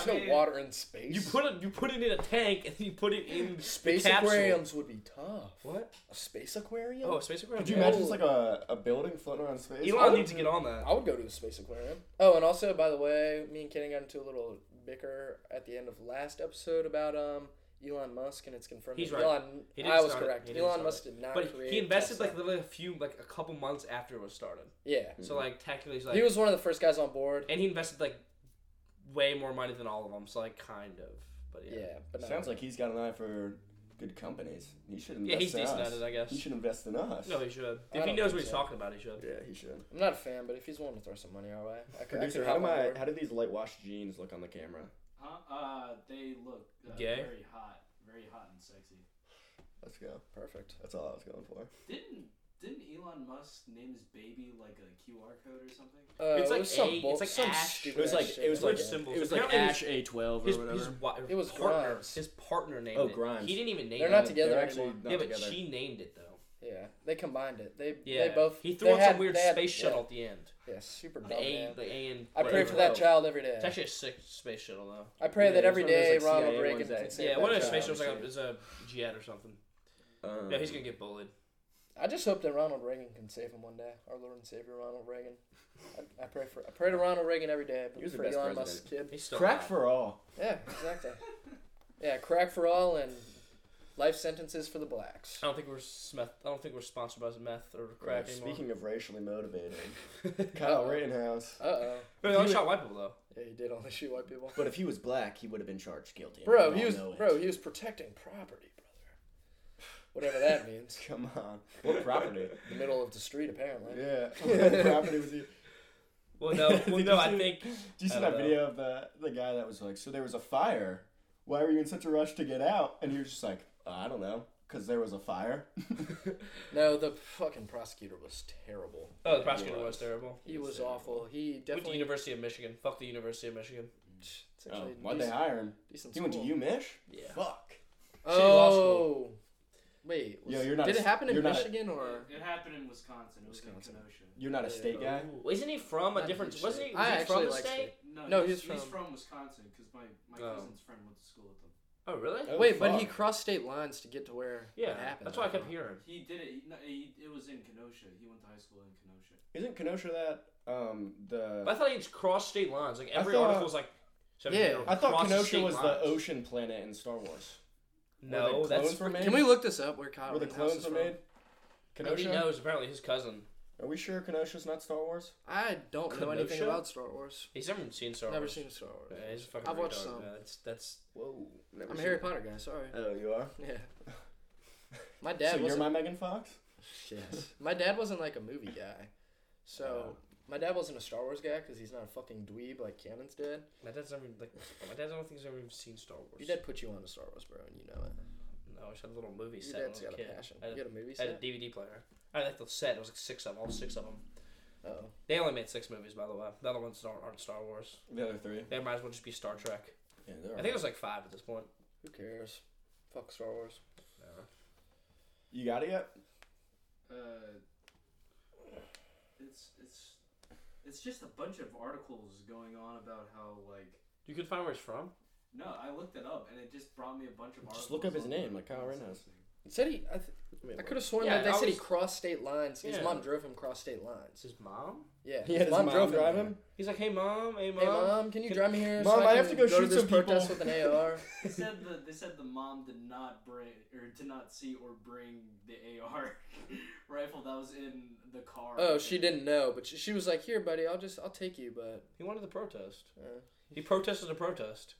[SPEAKER 2] no
[SPEAKER 1] mean,
[SPEAKER 2] water in space.
[SPEAKER 3] You put it. You put it in a tank, and you put it in
[SPEAKER 2] space
[SPEAKER 3] the capsule.
[SPEAKER 2] aquariums would be tough.
[SPEAKER 3] What?
[SPEAKER 2] A space aquarium?
[SPEAKER 3] Oh, a space aquarium.
[SPEAKER 4] Could you
[SPEAKER 2] Yeah.
[SPEAKER 4] imagine just like a, a building floating around space?
[SPEAKER 3] Elon
[SPEAKER 4] Oh,
[SPEAKER 3] needs to get on that.
[SPEAKER 2] I would go to a space aquarium. Oh, and also, by the way, me and Kenny got into a little bicker at the end of last episode about um Elon Musk, and it's confirmed.
[SPEAKER 3] He's
[SPEAKER 2] that
[SPEAKER 3] right.
[SPEAKER 2] Elon,
[SPEAKER 3] He didn't
[SPEAKER 2] I was
[SPEAKER 3] start it.
[SPEAKER 2] correct.
[SPEAKER 3] He didn't
[SPEAKER 2] Elon
[SPEAKER 3] start
[SPEAKER 2] Musk did not
[SPEAKER 3] But
[SPEAKER 2] create.
[SPEAKER 3] he invested
[SPEAKER 2] Tesla.
[SPEAKER 3] like literally a few, like a couple months after it was started.
[SPEAKER 2] yeah.
[SPEAKER 3] So like technically, he's like,
[SPEAKER 2] He was one of the first guys on board.
[SPEAKER 3] and he invested like way more money than all of them. So like, kind of, but
[SPEAKER 2] Yeah,
[SPEAKER 3] yeah,
[SPEAKER 2] but no.
[SPEAKER 4] Sounds like he's got an eye for good companies. He should invest
[SPEAKER 3] yeah, he's
[SPEAKER 4] in
[SPEAKER 3] decent
[SPEAKER 4] us.
[SPEAKER 3] at it, I guess.
[SPEAKER 4] He should invest in us.
[SPEAKER 3] No, he should.
[SPEAKER 2] I
[SPEAKER 3] If he
[SPEAKER 2] don't
[SPEAKER 3] knows
[SPEAKER 2] think
[SPEAKER 3] what he's
[SPEAKER 2] so.
[SPEAKER 3] talking about, he should.
[SPEAKER 4] Yeah, he should.
[SPEAKER 2] I'm not a fan, but if he's willing to throw some money our way, I could. I
[SPEAKER 4] Producer,
[SPEAKER 2] could
[SPEAKER 4] how
[SPEAKER 2] hop
[SPEAKER 4] do
[SPEAKER 2] on
[SPEAKER 4] my
[SPEAKER 2] board.
[SPEAKER 4] how do these light wash jeans look on the camera?
[SPEAKER 1] huh? Uh, they look uh,
[SPEAKER 3] Gay?
[SPEAKER 1] very hot, very hot and sexy.
[SPEAKER 4] Let's go.
[SPEAKER 2] Perfect.
[SPEAKER 4] That's all I was going for.
[SPEAKER 1] Didn't didn't Elon Musk name his baby like a QR code or something?
[SPEAKER 2] Uh,
[SPEAKER 3] It's
[SPEAKER 2] it
[SPEAKER 3] like
[SPEAKER 2] was some
[SPEAKER 3] A- it's
[SPEAKER 2] bull-
[SPEAKER 3] like
[SPEAKER 2] some
[SPEAKER 3] ash.
[SPEAKER 2] stupid
[SPEAKER 4] It was
[SPEAKER 2] ass
[SPEAKER 4] like
[SPEAKER 2] shit
[SPEAKER 4] it
[SPEAKER 2] like
[SPEAKER 4] was like
[SPEAKER 3] Which
[SPEAKER 2] that.
[SPEAKER 3] symbols?
[SPEAKER 4] it was like
[SPEAKER 3] Apparently
[SPEAKER 4] Ash A twelve
[SPEAKER 3] His,
[SPEAKER 4] or
[SPEAKER 3] his,
[SPEAKER 4] whatever.
[SPEAKER 3] wi-
[SPEAKER 2] It was
[SPEAKER 3] partner.
[SPEAKER 2] Grimes.
[SPEAKER 3] His partner named
[SPEAKER 4] Oh,
[SPEAKER 3] it.
[SPEAKER 4] Grimes.
[SPEAKER 3] He didn't even name
[SPEAKER 2] They're
[SPEAKER 3] it.
[SPEAKER 2] not together
[SPEAKER 4] They're actually
[SPEAKER 2] anymore.
[SPEAKER 4] not
[SPEAKER 3] yeah, but
[SPEAKER 4] together.
[SPEAKER 3] she named it though.
[SPEAKER 2] Yeah, they combined it. They
[SPEAKER 3] Yeah,
[SPEAKER 2] they both.
[SPEAKER 3] He
[SPEAKER 2] they
[SPEAKER 3] threw on
[SPEAKER 2] had-
[SPEAKER 3] some weird
[SPEAKER 2] they had-
[SPEAKER 3] space
[SPEAKER 2] yeah,
[SPEAKER 3] shuttle at the end.
[SPEAKER 2] Yeah, super dumb.
[SPEAKER 3] The A,
[SPEAKER 2] man.
[SPEAKER 3] the A and.
[SPEAKER 2] I pray
[SPEAKER 3] whatever. Oh.
[SPEAKER 2] for that
[SPEAKER 4] Twelve.
[SPEAKER 2] child every day.
[SPEAKER 3] It's actually a sick space shuttle though.
[SPEAKER 2] I pray
[SPEAKER 4] Yeah,
[SPEAKER 2] that
[SPEAKER 4] it's
[SPEAKER 2] every
[SPEAKER 4] one of those,
[SPEAKER 2] day
[SPEAKER 4] like,
[SPEAKER 2] Ronald
[SPEAKER 4] CIA
[SPEAKER 2] Reagan
[SPEAKER 4] ones that-
[SPEAKER 2] can say
[SPEAKER 3] Yeah,
[SPEAKER 2] that
[SPEAKER 3] one of
[SPEAKER 2] shit.
[SPEAKER 3] those space
[SPEAKER 4] child,
[SPEAKER 3] shuttles like a,
[SPEAKER 4] obviously.
[SPEAKER 3] is a jet or something.
[SPEAKER 4] Um,
[SPEAKER 3] Yeah, he's gonna get bullied.
[SPEAKER 2] I just hope that Ronald Reagan can save him one day. Our Lord and Savior Ronald Reagan. I, I pray for I pray to Ronald Reagan every day. But
[SPEAKER 4] He was the
[SPEAKER 2] for
[SPEAKER 4] best
[SPEAKER 2] Elon
[SPEAKER 4] president.
[SPEAKER 2] Musk's kid.
[SPEAKER 3] He's still
[SPEAKER 4] crack
[SPEAKER 3] alive.
[SPEAKER 4] for all.
[SPEAKER 2] Yeah, exactly. <laughs> yeah, crack for all and life sentences for the blacks.
[SPEAKER 3] I don't think we're smeth. I don't think we're sponsored by meth or crack
[SPEAKER 4] Right,
[SPEAKER 3] anymore.
[SPEAKER 4] Speaking of racially motivated,
[SPEAKER 3] <laughs>
[SPEAKER 4] Kyle Rittenhouse.
[SPEAKER 2] Uh oh.
[SPEAKER 3] Wait, they only shot white people though.
[SPEAKER 2] Yeah, he did only <laughs> shoot white people.
[SPEAKER 4] But if he was black, he would have been charged guilty. and
[SPEAKER 2] Bro,
[SPEAKER 4] we
[SPEAKER 2] he
[SPEAKER 4] all
[SPEAKER 2] was
[SPEAKER 4] know it.
[SPEAKER 2] bro, he was protecting property, brother. Whatever that <laughs> means.
[SPEAKER 4] Come on. What property?
[SPEAKER 2] The middle of the street apparently.
[SPEAKER 4] <laughs> yeah. What property was he? <laughs>
[SPEAKER 3] Well, no,
[SPEAKER 4] Did
[SPEAKER 3] well,
[SPEAKER 4] you
[SPEAKER 3] no. I
[SPEAKER 4] see-
[SPEAKER 3] think
[SPEAKER 4] Did you
[SPEAKER 3] I
[SPEAKER 4] see
[SPEAKER 3] don't
[SPEAKER 4] that
[SPEAKER 3] know.
[SPEAKER 4] video of the the guy that was like, "So there was a fire. Why were you in such a rush to get out?" And he was just like, "Uh, "I don't know, cause there was a fire."
[SPEAKER 2] No, the fucking prosecutor was terrible.
[SPEAKER 3] oh, the prosecutor
[SPEAKER 4] was.
[SPEAKER 3] was terrible.
[SPEAKER 2] He was awful. He
[SPEAKER 3] Went to the
[SPEAKER 2] definitely
[SPEAKER 3] University of Michigan. Fuck the University of Michigan.
[SPEAKER 2] it's
[SPEAKER 4] Oh,
[SPEAKER 2] actually a
[SPEAKER 4] why'd they
[SPEAKER 2] decent,
[SPEAKER 4] hire him?
[SPEAKER 2] decent
[SPEAKER 4] He went to
[SPEAKER 2] school.
[SPEAKER 4] UMich.
[SPEAKER 3] Yeah.
[SPEAKER 4] Fuck.
[SPEAKER 3] Shitty law school.
[SPEAKER 2] Oh, Wait, was,
[SPEAKER 4] Yo, you're not
[SPEAKER 2] did
[SPEAKER 4] a
[SPEAKER 2] it
[SPEAKER 4] s-
[SPEAKER 2] happen in
[SPEAKER 4] you're not a-
[SPEAKER 2] Michigan or?
[SPEAKER 1] It, it happened in Wisconsin. It was
[SPEAKER 2] Wisconsin.
[SPEAKER 1] in Kenosha.
[SPEAKER 4] You're not a
[SPEAKER 2] Yeah.
[SPEAKER 4] state guy.
[SPEAKER 3] Ooh, isn't he from a
[SPEAKER 2] Not
[SPEAKER 3] different?
[SPEAKER 2] huge
[SPEAKER 3] Wasn't
[SPEAKER 2] state.
[SPEAKER 3] he?
[SPEAKER 2] I
[SPEAKER 3] Was he from
[SPEAKER 2] actually
[SPEAKER 3] the
[SPEAKER 2] like
[SPEAKER 3] state?
[SPEAKER 2] state.
[SPEAKER 1] No,
[SPEAKER 2] No,
[SPEAKER 1] he's,
[SPEAKER 2] he's from-
[SPEAKER 1] Wisconsin because my, my
[SPEAKER 3] Oh.
[SPEAKER 1] cousin's friend went to school with him.
[SPEAKER 3] Oh really?
[SPEAKER 4] Oh,
[SPEAKER 2] Wait, but he
[SPEAKER 4] fuck.
[SPEAKER 2] crossed state lines to get to where
[SPEAKER 3] yeah,
[SPEAKER 2] it happened.
[SPEAKER 3] that's what I kept hearing.
[SPEAKER 1] He did it. He, no, he, it was in Kenosha. He went to high school in Kenosha.
[SPEAKER 4] Isn't Kenosha that um the?
[SPEAKER 3] But I thought he just crossed state lines. Like
[SPEAKER 4] I
[SPEAKER 3] every
[SPEAKER 4] thought- uh,
[SPEAKER 3] article was like.
[SPEAKER 2] Yeah.
[SPEAKER 4] I thought
[SPEAKER 3] crosses
[SPEAKER 4] Kenosha
[SPEAKER 3] state
[SPEAKER 4] was the
[SPEAKER 3] lines.
[SPEAKER 4] ocean planet in Star Wars.
[SPEAKER 3] No,
[SPEAKER 4] where the
[SPEAKER 3] that's
[SPEAKER 4] clones were made.
[SPEAKER 2] Can we look this up? Where Kyle
[SPEAKER 4] where the
[SPEAKER 2] Rittenhouse
[SPEAKER 4] clones
[SPEAKER 2] is
[SPEAKER 4] were
[SPEAKER 2] from?
[SPEAKER 4] made?
[SPEAKER 3] Nobody
[SPEAKER 4] Kenosha.
[SPEAKER 3] knows. Apparently, his cousin.
[SPEAKER 4] Are we sure Kenosha's not Star Wars?
[SPEAKER 2] I don't know anything
[SPEAKER 3] Kenosha?
[SPEAKER 2] about Star Wars.
[SPEAKER 3] He's never seen Star
[SPEAKER 2] Never
[SPEAKER 3] Wars.
[SPEAKER 2] seen Star Wars.
[SPEAKER 3] Yeah, he's a fucking
[SPEAKER 2] I've watched
[SPEAKER 3] retard,
[SPEAKER 2] some.
[SPEAKER 3] man. That's that's.
[SPEAKER 4] Whoa. never
[SPEAKER 2] I'm a
[SPEAKER 4] seen
[SPEAKER 2] Harry
[SPEAKER 4] it.
[SPEAKER 2] Potter guy.
[SPEAKER 4] <laughs>
[SPEAKER 2] Sorry.
[SPEAKER 4] Oh, you are.
[SPEAKER 2] Yeah. My dad
[SPEAKER 4] so
[SPEAKER 2] was
[SPEAKER 4] you're my Megan Fox.
[SPEAKER 2] <laughs> Yes.
[SPEAKER 4] <laughs>
[SPEAKER 2] My dad wasn't like a movie guy. So
[SPEAKER 4] Uh.
[SPEAKER 2] my dad wasn't a Star Wars guy because he's not a fucking dweeb like Cannon's dad.
[SPEAKER 3] My dad's never like. My dad, I don't think he's ever even seen Star Wars.
[SPEAKER 2] Your dad put you on to Star Wars, bro, and you know it.
[SPEAKER 3] No, I just had a little movie set.
[SPEAKER 2] Your dad's
[SPEAKER 3] when
[SPEAKER 2] got
[SPEAKER 3] I was
[SPEAKER 2] a
[SPEAKER 3] a kid.
[SPEAKER 2] passion.
[SPEAKER 3] I had,
[SPEAKER 2] You got a movie
[SPEAKER 3] I had a
[SPEAKER 2] set?
[SPEAKER 3] DVD player. I had like the set. It was like six of them. All six of them.
[SPEAKER 2] Oh.
[SPEAKER 3] They only made six movies, by the way. The other ones don't, aren't Star Wars.
[SPEAKER 4] The other three.
[SPEAKER 3] They might as well just be Star Trek.
[SPEAKER 4] Yeah, there
[SPEAKER 3] I think there's like five at this point.
[SPEAKER 2] Who cares? Fuck Star Wars.
[SPEAKER 4] You got it yet?
[SPEAKER 1] Uh, it's it's it's just a bunch of articles going on about how like
[SPEAKER 3] You could find where he's from.
[SPEAKER 1] no, I looked it up and it just brought me a bunch of articles.
[SPEAKER 4] Just look up his
[SPEAKER 1] on
[SPEAKER 4] name,
[SPEAKER 1] the-
[SPEAKER 4] like Kyle
[SPEAKER 1] on
[SPEAKER 4] Rittenhouse.
[SPEAKER 1] something.
[SPEAKER 2] It said he. I, th- I could have sworn
[SPEAKER 3] Yeah,
[SPEAKER 2] that they
[SPEAKER 3] I
[SPEAKER 2] said he
[SPEAKER 3] was-
[SPEAKER 2] crossed state lines. His
[SPEAKER 3] Yeah.
[SPEAKER 2] mom drove him cross state
[SPEAKER 3] It's
[SPEAKER 2] lines.
[SPEAKER 3] his mom.
[SPEAKER 2] Yeah.
[SPEAKER 4] He had his mom drive him.
[SPEAKER 3] He's like, hey mom, hey mom.
[SPEAKER 2] Hey mom, can you
[SPEAKER 3] Can-
[SPEAKER 2] drive me here?
[SPEAKER 4] Mom, I have
[SPEAKER 2] can
[SPEAKER 4] to go shoot
[SPEAKER 2] this
[SPEAKER 4] some
[SPEAKER 2] protest
[SPEAKER 4] people.
[SPEAKER 2] with
[SPEAKER 3] <laughs>
[SPEAKER 2] an AR.
[SPEAKER 1] They said the they said the mom did not bring or did not see or bring the AR <laughs> rifle that was in the car.
[SPEAKER 2] oh, she didn't know, but she, she was like, "Here, buddy, I'll just I'll take you." But
[SPEAKER 3] He wanted to protest.
[SPEAKER 2] uh,
[SPEAKER 3] He protested a protest.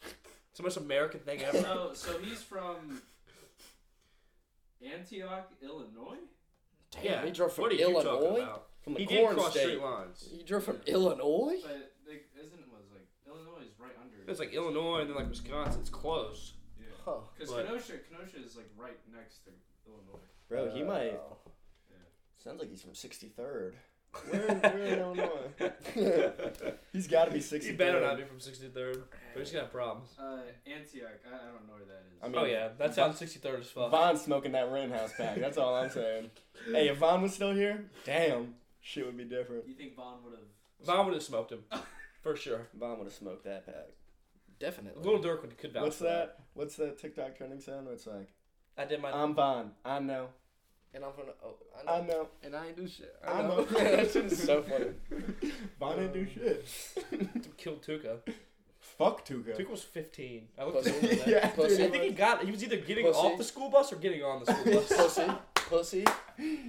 [SPEAKER 3] It's the most American thing ever.
[SPEAKER 2] <laughs>
[SPEAKER 1] So so he's from Antioch, Illinois.
[SPEAKER 2] damn,
[SPEAKER 3] yeah.
[SPEAKER 2] he drove
[SPEAKER 3] what
[SPEAKER 2] from
[SPEAKER 3] are you talking
[SPEAKER 2] Illinois.
[SPEAKER 3] about?
[SPEAKER 4] From the
[SPEAKER 3] He did
[SPEAKER 4] corn
[SPEAKER 3] cross
[SPEAKER 4] state.
[SPEAKER 3] straight lines.
[SPEAKER 2] He drove from Illinois.
[SPEAKER 1] But like, isn't it was like Illinois is right under.
[SPEAKER 3] It's like Illinois and then like Wisconsin. It's close.
[SPEAKER 1] Yeah.
[SPEAKER 2] Huh.
[SPEAKER 1] Because
[SPEAKER 3] But-
[SPEAKER 1] Kenosha, Kenosha is like right next to Illinois.
[SPEAKER 4] Bro, he
[SPEAKER 2] Uh,
[SPEAKER 4] might. Sounds like he's from 63rd. Where, where in Illinois? <laughs> he's got to be 63rd.
[SPEAKER 3] He better not be from 63rd. We're just gonna have problems.
[SPEAKER 1] Uh, Antioch. I, I don't know where that is.
[SPEAKER 4] I mean-
[SPEAKER 3] Oh yeah, that sounds 63rd as fuck.
[SPEAKER 4] Von's smoking that Rittenhouse pack. That's all I'm <laughs> saying. hey, if Von was still here, damn, shit would be different.
[SPEAKER 1] you think Vaughn would have?
[SPEAKER 3] Von would have smoked
[SPEAKER 4] <laughs>
[SPEAKER 3] him, for sure.
[SPEAKER 4] Von would have smoked that pack.
[SPEAKER 2] Definitely.
[SPEAKER 3] Little Dirk would could vouch
[SPEAKER 4] What's
[SPEAKER 3] for that.
[SPEAKER 4] that? What's that TikTok trending sound? where It's like,
[SPEAKER 3] I did my.
[SPEAKER 4] I'm Von. I know.
[SPEAKER 2] And I'm gonna. Oh, I know.
[SPEAKER 4] I know.
[SPEAKER 2] And I ain't do shit.
[SPEAKER 4] I
[SPEAKER 3] <laughs>
[SPEAKER 4] know. <laughs> that shit is so funny. Von didn't do shit.
[SPEAKER 3] killed Tuca.
[SPEAKER 4] Fuck Tuca.
[SPEAKER 3] Tuca was 15. I looked <laughs> over that.
[SPEAKER 2] <laughs>
[SPEAKER 4] yeah,
[SPEAKER 2] Pussy.
[SPEAKER 4] dude.
[SPEAKER 3] I think he got. He was either getting
[SPEAKER 2] Pussy.
[SPEAKER 3] off the school bus or getting on the
[SPEAKER 4] <laughs>
[SPEAKER 3] school bus. It's
[SPEAKER 2] Pussy. Pussy.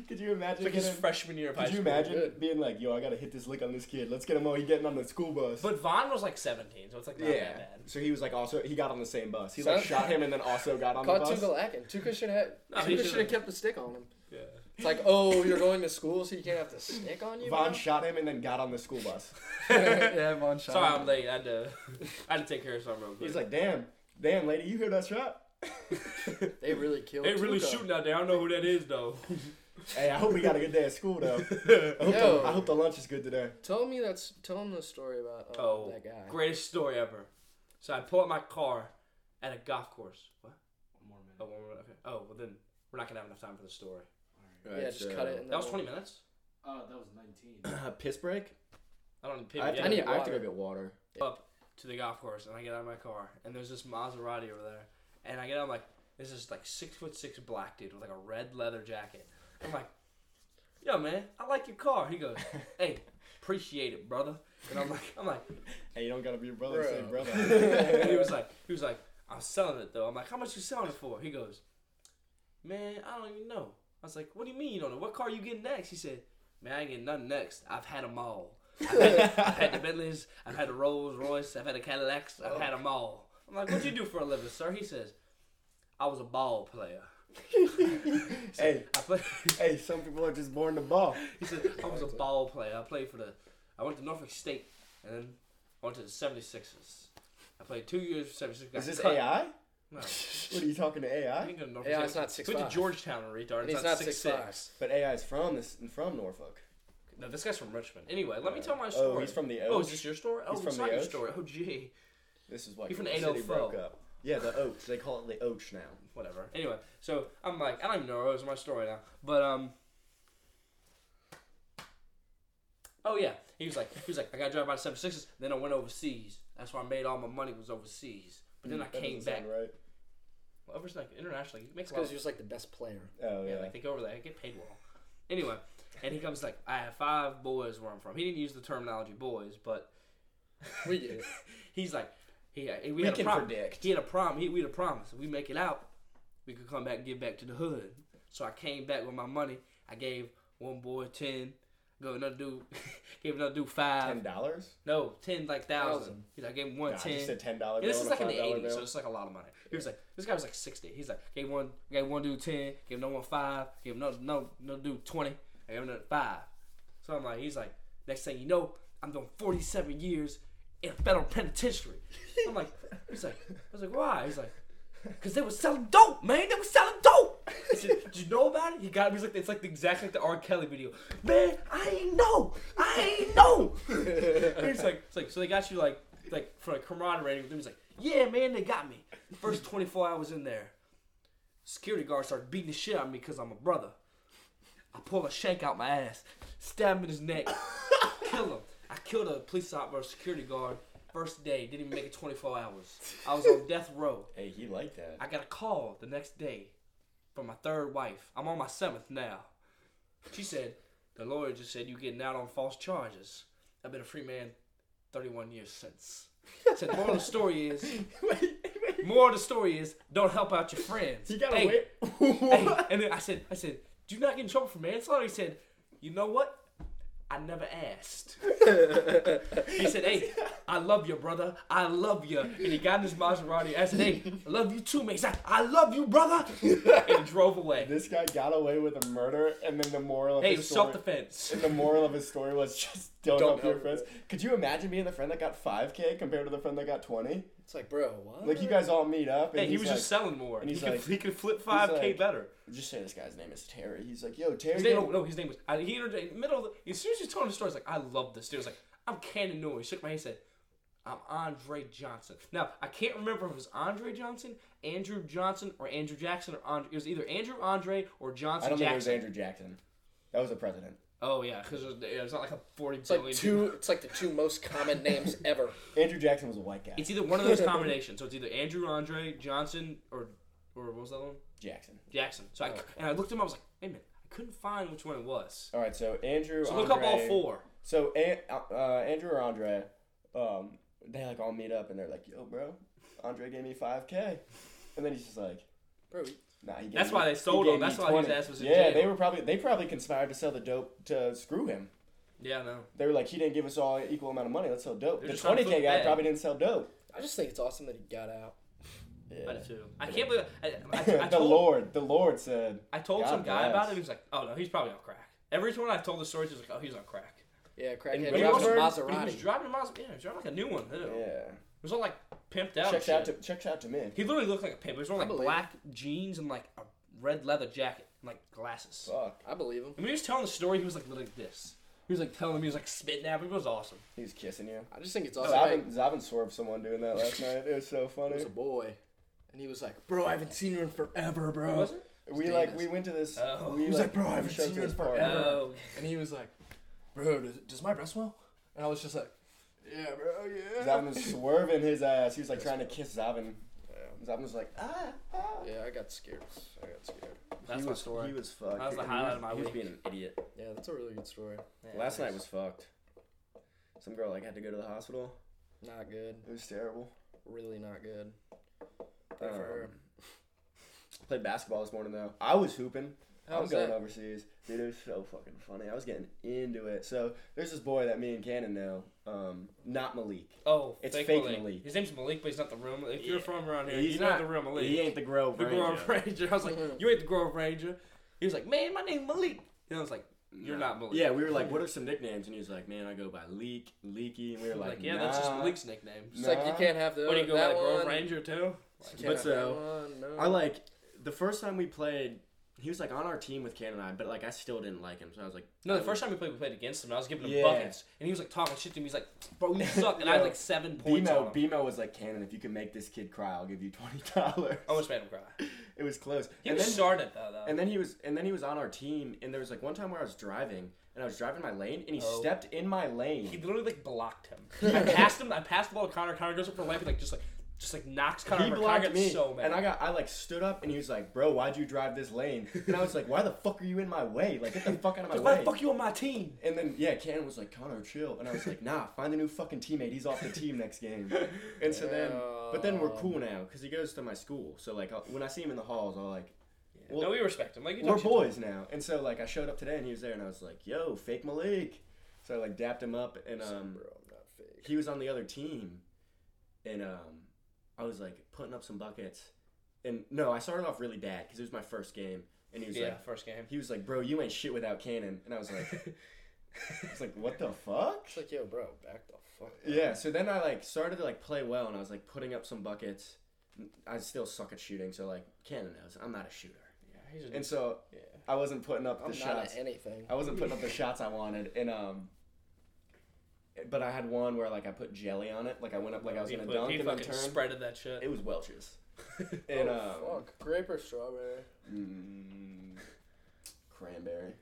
[SPEAKER 4] Could you imagine?
[SPEAKER 3] like his
[SPEAKER 4] getting-
[SPEAKER 3] freshman year of high
[SPEAKER 4] Could you
[SPEAKER 3] school.
[SPEAKER 4] imagine
[SPEAKER 2] Good.
[SPEAKER 4] being like, yo, I gotta hit this lick on this kid. Let's get him while he's getting on the school bus.
[SPEAKER 3] But Von was like 17, so it's like not
[SPEAKER 4] yeah.
[SPEAKER 3] that bad.
[SPEAKER 4] So he was like also he got on the same bus. He
[SPEAKER 2] So-
[SPEAKER 4] like shot him and then also got on the
[SPEAKER 2] Caught
[SPEAKER 4] bus.
[SPEAKER 2] Tuca lacking. Tuca should have.
[SPEAKER 3] No, he
[SPEAKER 2] Tuca should have
[SPEAKER 3] should've-
[SPEAKER 2] kept the stick on him.
[SPEAKER 3] Yeah.
[SPEAKER 2] It's like, oh, you're going to school, so you can't have the stick on you.
[SPEAKER 4] Von
[SPEAKER 2] bro?
[SPEAKER 4] <laughs> shot him and then got on the school bus.
[SPEAKER 3] <laughs>
[SPEAKER 2] yeah, Von shot.
[SPEAKER 3] Sorry,
[SPEAKER 2] him.
[SPEAKER 3] I'm late. I had to. <laughs> I had to take care of something real quick.
[SPEAKER 4] He's like, damn, damn lady, you hear that shot?
[SPEAKER 3] <laughs>
[SPEAKER 2] They really killed.
[SPEAKER 3] They really
[SPEAKER 2] Tuca.
[SPEAKER 3] shooting out there. I don't know who that is though.
[SPEAKER 4] Hey, I hope he got a good day at school though. I hope,
[SPEAKER 2] Yo.
[SPEAKER 4] the, I hope the lunch is good today.
[SPEAKER 2] Tell me that's. Tell him the story about uh,
[SPEAKER 3] Oh,
[SPEAKER 2] that guy.
[SPEAKER 3] Greatest story ever. So I pull up my car at a golf course. What?
[SPEAKER 1] One more minute.
[SPEAKER 3] Oh, one more- okay. Oh, well then we're not gonna have enough time for the story.
[SPEAKER 1] All
[SPEAKER 2] Yeah, just cut it. And
[SPEAKER 3] That was 20 minutes.
[SPEAKER 1] right. Oh, that was nineteen.
[SPEAKER 4] <clears throat> Piss break.
[SPEAKER 3] I e- don't
[SPEAKER 4] I have,
[SPEAKER 3] yeah.
[SPEAKER 4] to go
[SPEAKER 2] I need
[SPEAKER 4] get- I have to go
[SPEAKER 2] water.
[SPEAKER 4] get water.
[SPEAKER 3] up to the golf course and I get out of my car and there's this Maserati over there and I get out I'm like this is like six foot six black dude with like a red leather jacket. I'm like, yo man, I like your car. He <laughs> goes, hey, appreciate it, brother. And I'm like, I'm like,
[SPEAKER 4] Hey, you don't gotta be your brother. Say <laughs>
[SPEAKER 2] Bro.
[SPEAKER 4] brother.
[SPEAKER 3] and he was like, he was like, I'm selling it though. I'm like, how much you selling it for? He goes, man, I don't even know. I was like, what do you mean you don't know? What car you getting next? He said, man, I ain't getting nothing next. I've had them all. I've had, I've had
[SPEAKER 4] <laughs>
[SPEAKER 3] the Bentleys, I've had the Rolls Royce, I've had the Cadillacs, I've
[SPEAKER 4] Oh.
[SPEAKER 3] had them all. I'm like, what you do for a living, sir? He says, I was a ball player.
[SPEAKER 4] hey,
[SPEAKER 3] I play, <laughs>
[SPEAKER 4] hey, some people are just born to ball.
[SPEAKER 3] he said, I was a ball player. I played for the, I went to Norfolk State, and then I went to the 76ers. I played two years for 76ers. got
[SPEAKER 4] Is this
[SPEAKER 3] cut.
[SPEAKER 4] AI?
[SPEAKER 3] No.
[SPEAKER 4] What are you talking to
[SPEAKER 3] I
[SPEAKER 4] AI?
[SPEAKER 3] didn't go to Norfolk
[SPEAKER 2] Yeah,
[SPEAKER 3] State.
[SPEAKER 2] it's not
[SPEAKER 3] Went
[SPEAKER 2] 6'5".
[SPEAKER 3] to Georgetown, retard.
[SPEAKER 2] And
[SPEAKER 3] It's
[SPEAKER 2] he's
[SPEAKER 3] not
[SPEAKER 2] not
[SPEAKER 3] six
[SPEAKER 2] 6'5".
[SPEAKER 3] six.
[SPEAKER 4] But AI is from this from Norfolk.
[SPEAKER 3] No, this guy's from Richmond. Anyway, let me tell my story.
[SPEAKER 4] Oh, he's from the
[SPEAKER 3] Oh,
[SPEAKER 4] O.
[SPEAKER 3] is this your story? Oh,
[SPEAKER 4] He's
[SPEAKER 3] it's
[SPEAKER 4] from
[SPEAKER 3] not
[SPEAKER 4] the
[SPEAKER 3] your
[SPEAKER 4] Oaks?
[SPEAKER 3] story. Oh, gee. <laughs>
[SPEAKER 4] This is why
[SPEAKER 3] He's from
[SPEAKER 4] Kansas City
[SPEAKER 3] 804.
[SPEAKER 4] broke up. Yeah, the oats. They call it the oats now.
[SPEAKER 3] whatever. Anyway, so I'm like, I don't even know where it was in my story now. But um Oh yeah. He was like he was like, I got driving by the seven sixes, then I went overseas. That's why I made all my money was overseas. But then I
[SPEAKER 4] Hmm, That
[SPEAKER 3] came
[SPEAKER 4] doesn't
[SPEAKER 3] back.
[SPEAKER 4] sound Right.
[SPEAKER 3] Well, ever like internationally, you make
[SPEAKER 2] It's
[SPEAKER 3] a lot
[SPEAKER 2] because
[SPEAKER 3] of
[SPEAKER 2] he was like the best player.
[SPEAKER 4] Oh yeah.
[SPEAKER 3] yeah, like they go over there, get paid well. Anyway, and he comes like, I have five boys where I'm from. He didn't use the terminology boys, but
[SPEAKER 2] We get it. <laughs>
[SPEAKER 3] he's like, he uh, we,
[SPEAKER 4] we
[SPEAKER 3] had
[SPEAKER 4] can
[SPEAKER 3] a prom.
[SPEAKER 4] predict.
[SPEAKER 3] He had a prom. He, we had a promise. If we make it out, we could come back and give back to the hood. So I came back with my money. I gave one boy ten. Go another dude. <laughs> gave another dude five.
[SPEAKER 4] Ten dollars?
[SPEAKER 3] No, ten like thousand.
[SPEAKER 2] Thousand.
[SPEAKER 3] He's like, I gave him one
[SPEAKER 4] Nah,
[SPEAKER 3] ten.
[SPEAKER 4] I just said ten dollars.
[SPEAKER 3] Yeah, this is like in the '80s, so it's like a lot of money. He was like, this guy was like 60. He's like, gave one, gave one dude 10, gave no one five, gave no no no dude 20, I gave another five. So I'm like, he's like, next thing you know, I'm doing 47 years in a federal penitentiary. I'm like, he's like, I was like, why? He's like, cause they were selling dope, man. They were selling dope. I said, Did you know about it? He got me. He's like, it's like the exact like the R. Kelly video. Man, I ain't know. I ain't <laughs> know. And it's like, it's like, so they got you like, like for a camaraderie with them. He's like, yeah, man, they got me. First 24 hours in there, security guard started beating the shit out of me because I'm a brother. I pull a shank out my ass, stab him in his <laughs> neck, kill him. I killed a police officer, security guard. First day, didn't even make it 24 hours. I was on death row.
[SPEAKER 4] Hey, he liked that.
[SPEAKER 3] I got a call the next day from my third wife. I'm on my seventh now. She said, The lawyer just said you getting out on false charges. I've been a free man 31 years since. Said, moral of the story is,
[SPEAKER 4] wait, wait.
[SPEAKER 3] moral of the story is, don't help out your friends.
[SPEAKER 4] He got
[SPEAKER 3] Hey, <laughs>
[SPEAKER 4] away.
[SPEAKER 3] hey.
[SPEAKER 4] <laughs> What?
[SPEAKER 3] And then I said, I said, do you not get in trouble for manslaughter? He said, you know what? I never asked. he said, hey, I love you, brother. I love you. And he got in his Maserati. I said, hey, I love you too, man. He's like, I love you, brother. And he drove away.
[SPEAKER 4] This guy got away with a murder, and then the moral of
[SPEAKER 3] Hey, it
[SPEAKER 4] his
[SPEAKER 3] was
[SPEAKER 4] story.
[SPEAKER 3] self-defense.
[SPEAKER 4] and the moral of his story was <laughs> just don't,
[SPEAKER 2] Don't
[SPEAKER 4] help your
[SPEAKER 2] help.
[SPEAKER 4] friends. Could you imagine being the friend that got 5k compared to the friend that got 20?
[SPEAKER 2] It's like, bro, what?
[SPEAKER 4] Like you guys all meet up, and
[SPEAKER 3] Hey, he
[SPEAKER 4] he's
[SPEAKER 3] was
[SPEAKER 4] like,
[SPEAKER 3] just selling more.
[SPEAKER 4] and he's
[SPEAKER 3] he, could,
[SPEAKER 4] like-
[SPEAKER 3] he could flip 5K
[SPEAKER 4] like-
[SPEAKER 3] better.
[SPEAKER 4] just say this guy's name is Terry. He's like, yo, Terry.
[SPEAKER 3] His name,
[SPEAKER 4] get-
[SPEAKER 3] no, his name was, I, he entered, middle of the, as soon as you told him the story, he's like, I love this. Dude, was like, I'm Cannon Noy. He shook my hand and said, I'm Andre Johnson. Now, I can't remember if it was Andre Johnson, Andrew Johnson, or Andrew Jackson, or Andre. It was either Andrew Andre or Johnson
[SPEAKER 4] I don't think it
[SPEAKER 3] Jackson.
[SPEAKER 4] was Andrew Jackson. That was the president.
[SPEAKER 3] Oh, yeah, because it's not like a 40
[SPEAKER 2] It's like two. It's like the two most common names ever.
[SPEAKER 4] Andrew Jackson was a white guy.
[SPEAKER 3] It's either one of those combinations. So it's either Andrew Andre, Johnson, or, or what was that one?
[SPEAKER 4] Jackson.
[SPEAKER 3] Jackson. So I, and I looked him up, I was like, wait a minute, I couldn't find which one it was.
[SPEAKER 4] All right, so Andrew.
[SPEAKER 3] So look up all
[SPEAKER 4] Andre-
[SPEAKER 3] four.
[SPEAKER 4] So An- uh, uh, Andrew or Andre, um, they like all meet up and they're like, "Yo, bro, Andre gave me 5k," and then he's just like,
[SPEAKER 2] Bro,
[SPEAKER 4] "Nah, he gave
[SPEAKER 3] That's
[SPEAKER 4] me-
[SPEAKER 3] why they
[SPEAKER 4] he
[SPEAKER 3] sold
[SPEAKER 4] gave
[SPEAKER 3] him.
[SPEAKER 4] me
[SPEAKER 3] That's why his
[SPEAKER 4] 20."
[SPEAKER 3] ass was in
[SPEAKER 4] Yeah,
[SPEAKER 3] jail.
[SPEAKER 4] they were probably they probably conspired to sell the dope to screw him.
[SPEAKER 3] Yeah, no.
[SPEAKER 4] They were like, "He didn't give us all equal amount of money. Let's sell dope."
[SPEAKER 3] They're
[SPEAKER 4] the
[SPEAKER 3] just trying to
[SPEAKER 4] 20k
[SPEAKER 3] flip
[SPEAKER 4] guy
[SPEAKER 3] the bag.
[SPEAKER 4] probably didn't sell dope.
[SPEAKER 2] I just think it's awesome that he got out.
[SPEAKER 3] I
[SPEAKER 4] Yeah.
[SPEAKER 3] do too. I can't believe I, I, I
[SPEAKER 4] <laughs> the
[SPEAKER 3] told,
[SPEAKER 4] Lord, the Lord said,
[SPEAKER 3] I told
[SPEAKER 4] God
[SPEAKER 3] some guy about
[SPEAKER 4] bless.
[SPEAKER 3] it. He was like, "Oh no, he's probably on crack." Every time I told the story, he was like, "Oh, he's on crack."
[SPEAKER 2] Yeah,
[SPEAKER 4] And
[SPEAKER 2] crackhead
[SPEAKER 4] when he
[SPEAKER 2] drives a
[SPEAKER 4] was-
[SPEAKER 3] But he was
[SPEAKER 2] Maserati.
[SPEAKER 3] driving a Maserati. Yeah, he was driving like a new one. Too. It
[SPEAKER 4] "Yeah."
[SPEAKER 3] was all like pimped out. and
[SPEAKER 4] Checks out to
[SPEAKER 3] Oh. shit.
[SPEAKER 4] checks out to me.
[SPEAKER 3] he literally looked like a pimp. He was wearing
[SPEAKER 2] I
[SPEAKER 3] like
[SPEAKER 2] believe
[SPEAKER 3] black jeans and like a red leather jacket and like glasses.
[SPEAKER 4] Fuck,
[SPEAKER 2] I believe him.
[SPEAKER 3] And when he was telling the story, he was like like this. He was like telling me, he was like spitting at me. It was awesome.
[SPEAKER 4] he was kissing you.
[SPEAKER 2] I just think it's awesome. that
[SPEAKER 4] Zavin, Zavin swerved someone doing that last night. Oh, It was <laughs> so funny.
[SPEAKER 2] He was a boy, and he was like, "Bro, I haven't seen her in forever, bro."
[SPEAKER 3] Was it?
[SPEAKER 4] We
[SPEAKER 2] His
[SPEAKER 4] like
[SPEAKER 2] name
[SPEAKER 4] we
[SPEAKER 2] is-
[SPEAKER 4] went to this.
[SPEAKER 3] Oh.
[SPEAKER 4] We
[SPEAKER 2] He was
[SPEAKER 4] like,
[SPEAKER 2] like, "Bro, I
[SPEAKER 4] we
[SPEAKER 2] haven't
[SPEAKER 4] showed
[SPEAKER 2] seen
[SPEAKER 4] to
[SPEAKER 2] you in
[SPEAKER 4] this park.
[SPEAKER 2] forever."
[SPEAKER 3] Oh,
[SPEAKER 2] And he was like, "Bro, does, does my breath smell?" And I was just like, "Yeah, bro, yeah."
[SPEAKER 4] Zavin was swerving his ass. He was like trying to kiss Zavin. Zavin was like, ah, ah.
[SPEAKER 2] <laughs> Yeah, I got scared. I got scared.
[SPEAKER 3] that's
[SPEAKER 4] he
[SPEAKER 3] my
[SPEAKER 4] was,
[SPEAKER 3] story.
[SPEAKER 4] He was fucked.
[SPEAKER 3] That was the
[SPEAKER 4] He
[SPEAKER 3] highlight of my
[SPEAKER 4] he was
[SPEAKER 3] week.
[SPEAKER 4] being an idiot.
[SPEAKER 2] Yeah, that's a really good story.
[SPEAKER 3] Yeah,
[SPEAKER 4] Last night
[SPEAKER 3] thanks.
[SPEAKER 4] was fucked. Some girl like had to go to the hospital.
[SPEAKER 2] Not good.
[SPEAKER 4] It was terrible.
[SPEAKER 2] Really not good. Pray for her.
[SPEAKER 4] Um, played basketball this morning though. I was hooping.
[SPEAKER 2] How
[SPEAKER 4] I'm
[SPEAKER 2] was
[SPEAKER 4] going
[SPEAKER 2] that?
[SPEAKER 4] overseas. Dude, it was so fucking funny. I was getting into it. So there's this boy that me and Cannon know. Um, not Malik.
[SPEAKER 3] Oh,
[SPEAKER 4] It's fake Malik.
[SPEAKER 3] His name's Malik, but he's not the real. Malik. If you're
[SPEAKER 4] Yeah.
[SPEAKER 3] from around here,
[SPEAKER 4] He's
[SPEAKER 3] you know
[SPEAKER 4] not-
[SPEAKER 3] the real Malik.
[SPEAKER 4] He ain't the Grove
[SPEAKER 3] the
[SPEAKER 4] Ranger.
[SPEAKER 3] Grove Ranger. I was like, you ain't the Grove Ranger. He was like, man, my name's Malik. And I was like, you're not Malik.
[SPEAKER 4] Yeah, we were like, what are some nicknames? And he was like, man, I go by Leak, Leaky. And we were
[SPEAKER 3] I'm
[SPEAKER 4] like,
[SPEAKER 3] like, yeah, that's just
[SPEAKER 4] nah.
[SPEAKER 3] Malik's nickname.
[SPEAKER 2] It's like you
[SPEAKER 4] Nah.
[SPEAKER 2] can't have the
[SPEAKER 3] What do you go by
[SPEAKER 2] that
[SPEAKER 3] the Grove
[SPEAKER 2] one.
[SPEAKER 3] Ranger too?
[SPEAKER 2] You can't
[SPEAKER 4] But uh,
[SPEAKER 2] have
[SPEAKER 4] so,
[SPEAKER 2] that one, no.
[SPEAKER 4] I like the first time we played he was like on our team with Cannon and I, but like I still didn't like him. So I was like,
[SPEAKER 3] No, the first time we played, we played against him. and I was giving him
[SPEAKER 4] Yeah.
[SPEAKER 3] buckets, and he was like talking shit to me. He's like, "Bro,
[SPEAKER 4] <laughs>
[SPEAKER 3] you suck," and I had
[SPEAKER 4] Yo,
[SPEAKER 3] like seven points. on
[SPEAKER 4] BMO,
[SPEAKER 3] him.
[SPEAKER 4] BMO was like, Cannon, if you can make this kid cry, I'll give you twenty dollars.
[SPEAKER 3] I almost made him cry.
[SPEAKER 4] It was close.
[SPEAKER 3] He
[SPEAKER 4] and
[SPEAKER 3] was
[SPEAKER 4] then,
[SPEAKER 3] started though. though.
[SPEAKER 4] and then he was and then he was on our team, and there was like one time where I was driving and I was driving my lane, and he
[SPEAKER 3] Oh.
[SPEAKER 4] stepped in my lane.
[SPEAKER 3] He literally like blocked
[SPEAKER 4] <laughs>
[SPEAKER 3] him. I passed him. I passed the ball to Connor. Connor goes up for a layup. and, Like just like just like knocks Connor.
[SPEAKER 4] he
[SPEAKER 3] over. Connor
[SPEAKER 4] blocked
[SPEAKER 3] gets
[SPEAKER 4] me,
[SPEAKER 3] so mad.
[SPEAKER 4] and I got I like stood up, and he was like, "Bro, why'd you drive this lane?" And I was like, "Why the fuck are you in my way? Like, get the fuck out of my
[SPEAKER 3] Like,
[SPEAKER 4] way!"
[SPEAKER 3] why the fuck you on my <laughs> team?
[SPEAKER 4] And then yeah, Cannon was like, Connor, chill. And I was like, Nah, find a new fucking teammate. He's off the team next game. And so then, but then we're cool now because he goes to my school. So like I'll, when I see him in the halls, I'll like, Well,
[SPEAKER 3] no, we respect him. Like you
[SPEAKER 4] we're
[SPEAKER 3] talk shit to him.
[SPEAKER 4] boys now. And so like I showed up today and he was there and I was like, Yo, fake Malik. So I like dapped him up and um
[SPEAKER 2] bro, I'm not fake.
[SPEAKER 4] he was on the other team, and um I was like putting up some buckets. And no, I started off really bad because it was my first game, and he was
[SPEAKER 3] Yeah,
[SPEAKER 4] like,
[SPEAKER 3] first game.
[SPEAKER 4] he was like, Bro, you ain't shit without Cannon. And I was like, I was like, What the fuck?
[SPEAKER 2] It's like, yo, bro, back the fuck. up.
[SPEAKER 4] Yeah, so then I like started to like play well, and I was like putting up some buckets. I still suck at shooting, so like Cannon knows I'm not a shooter,
[SPEAKER 3] yeah, he's a,
[SPEAKER 4] and so
[SPEAKER 3] yeah.
[SPEAKER 4] I wasn't putting up the
[SPEAKER 2] I'm not
[SPEAKER 4] shots.
[SPEAKER 2] at anything.
[SPEAKER 4] I wasn't putting up the shots I wanted, and um. But I had one where like I put jelly on it, like I went up like I was
[SPEAKER 3] he
[SPEAKER 4] gonna
[SPEAKER 3] put-
[SPEAKER 4] dunk
[SPEAKER 3] he
[SPEAKER 4] and then
[SPEAKER 3] fucking
[SPEAKER 4] turn.
[SPEAKER 3] spreaded that shit.
[SPEAKER 4] It was Welch's,
[SPEAKER 2] Oh,
[SPEAKER 4] and um,
[SPEAKER 2] fuck. Grape or strawberry?
[SPEAKER 4] mm, <laughs> cranberry.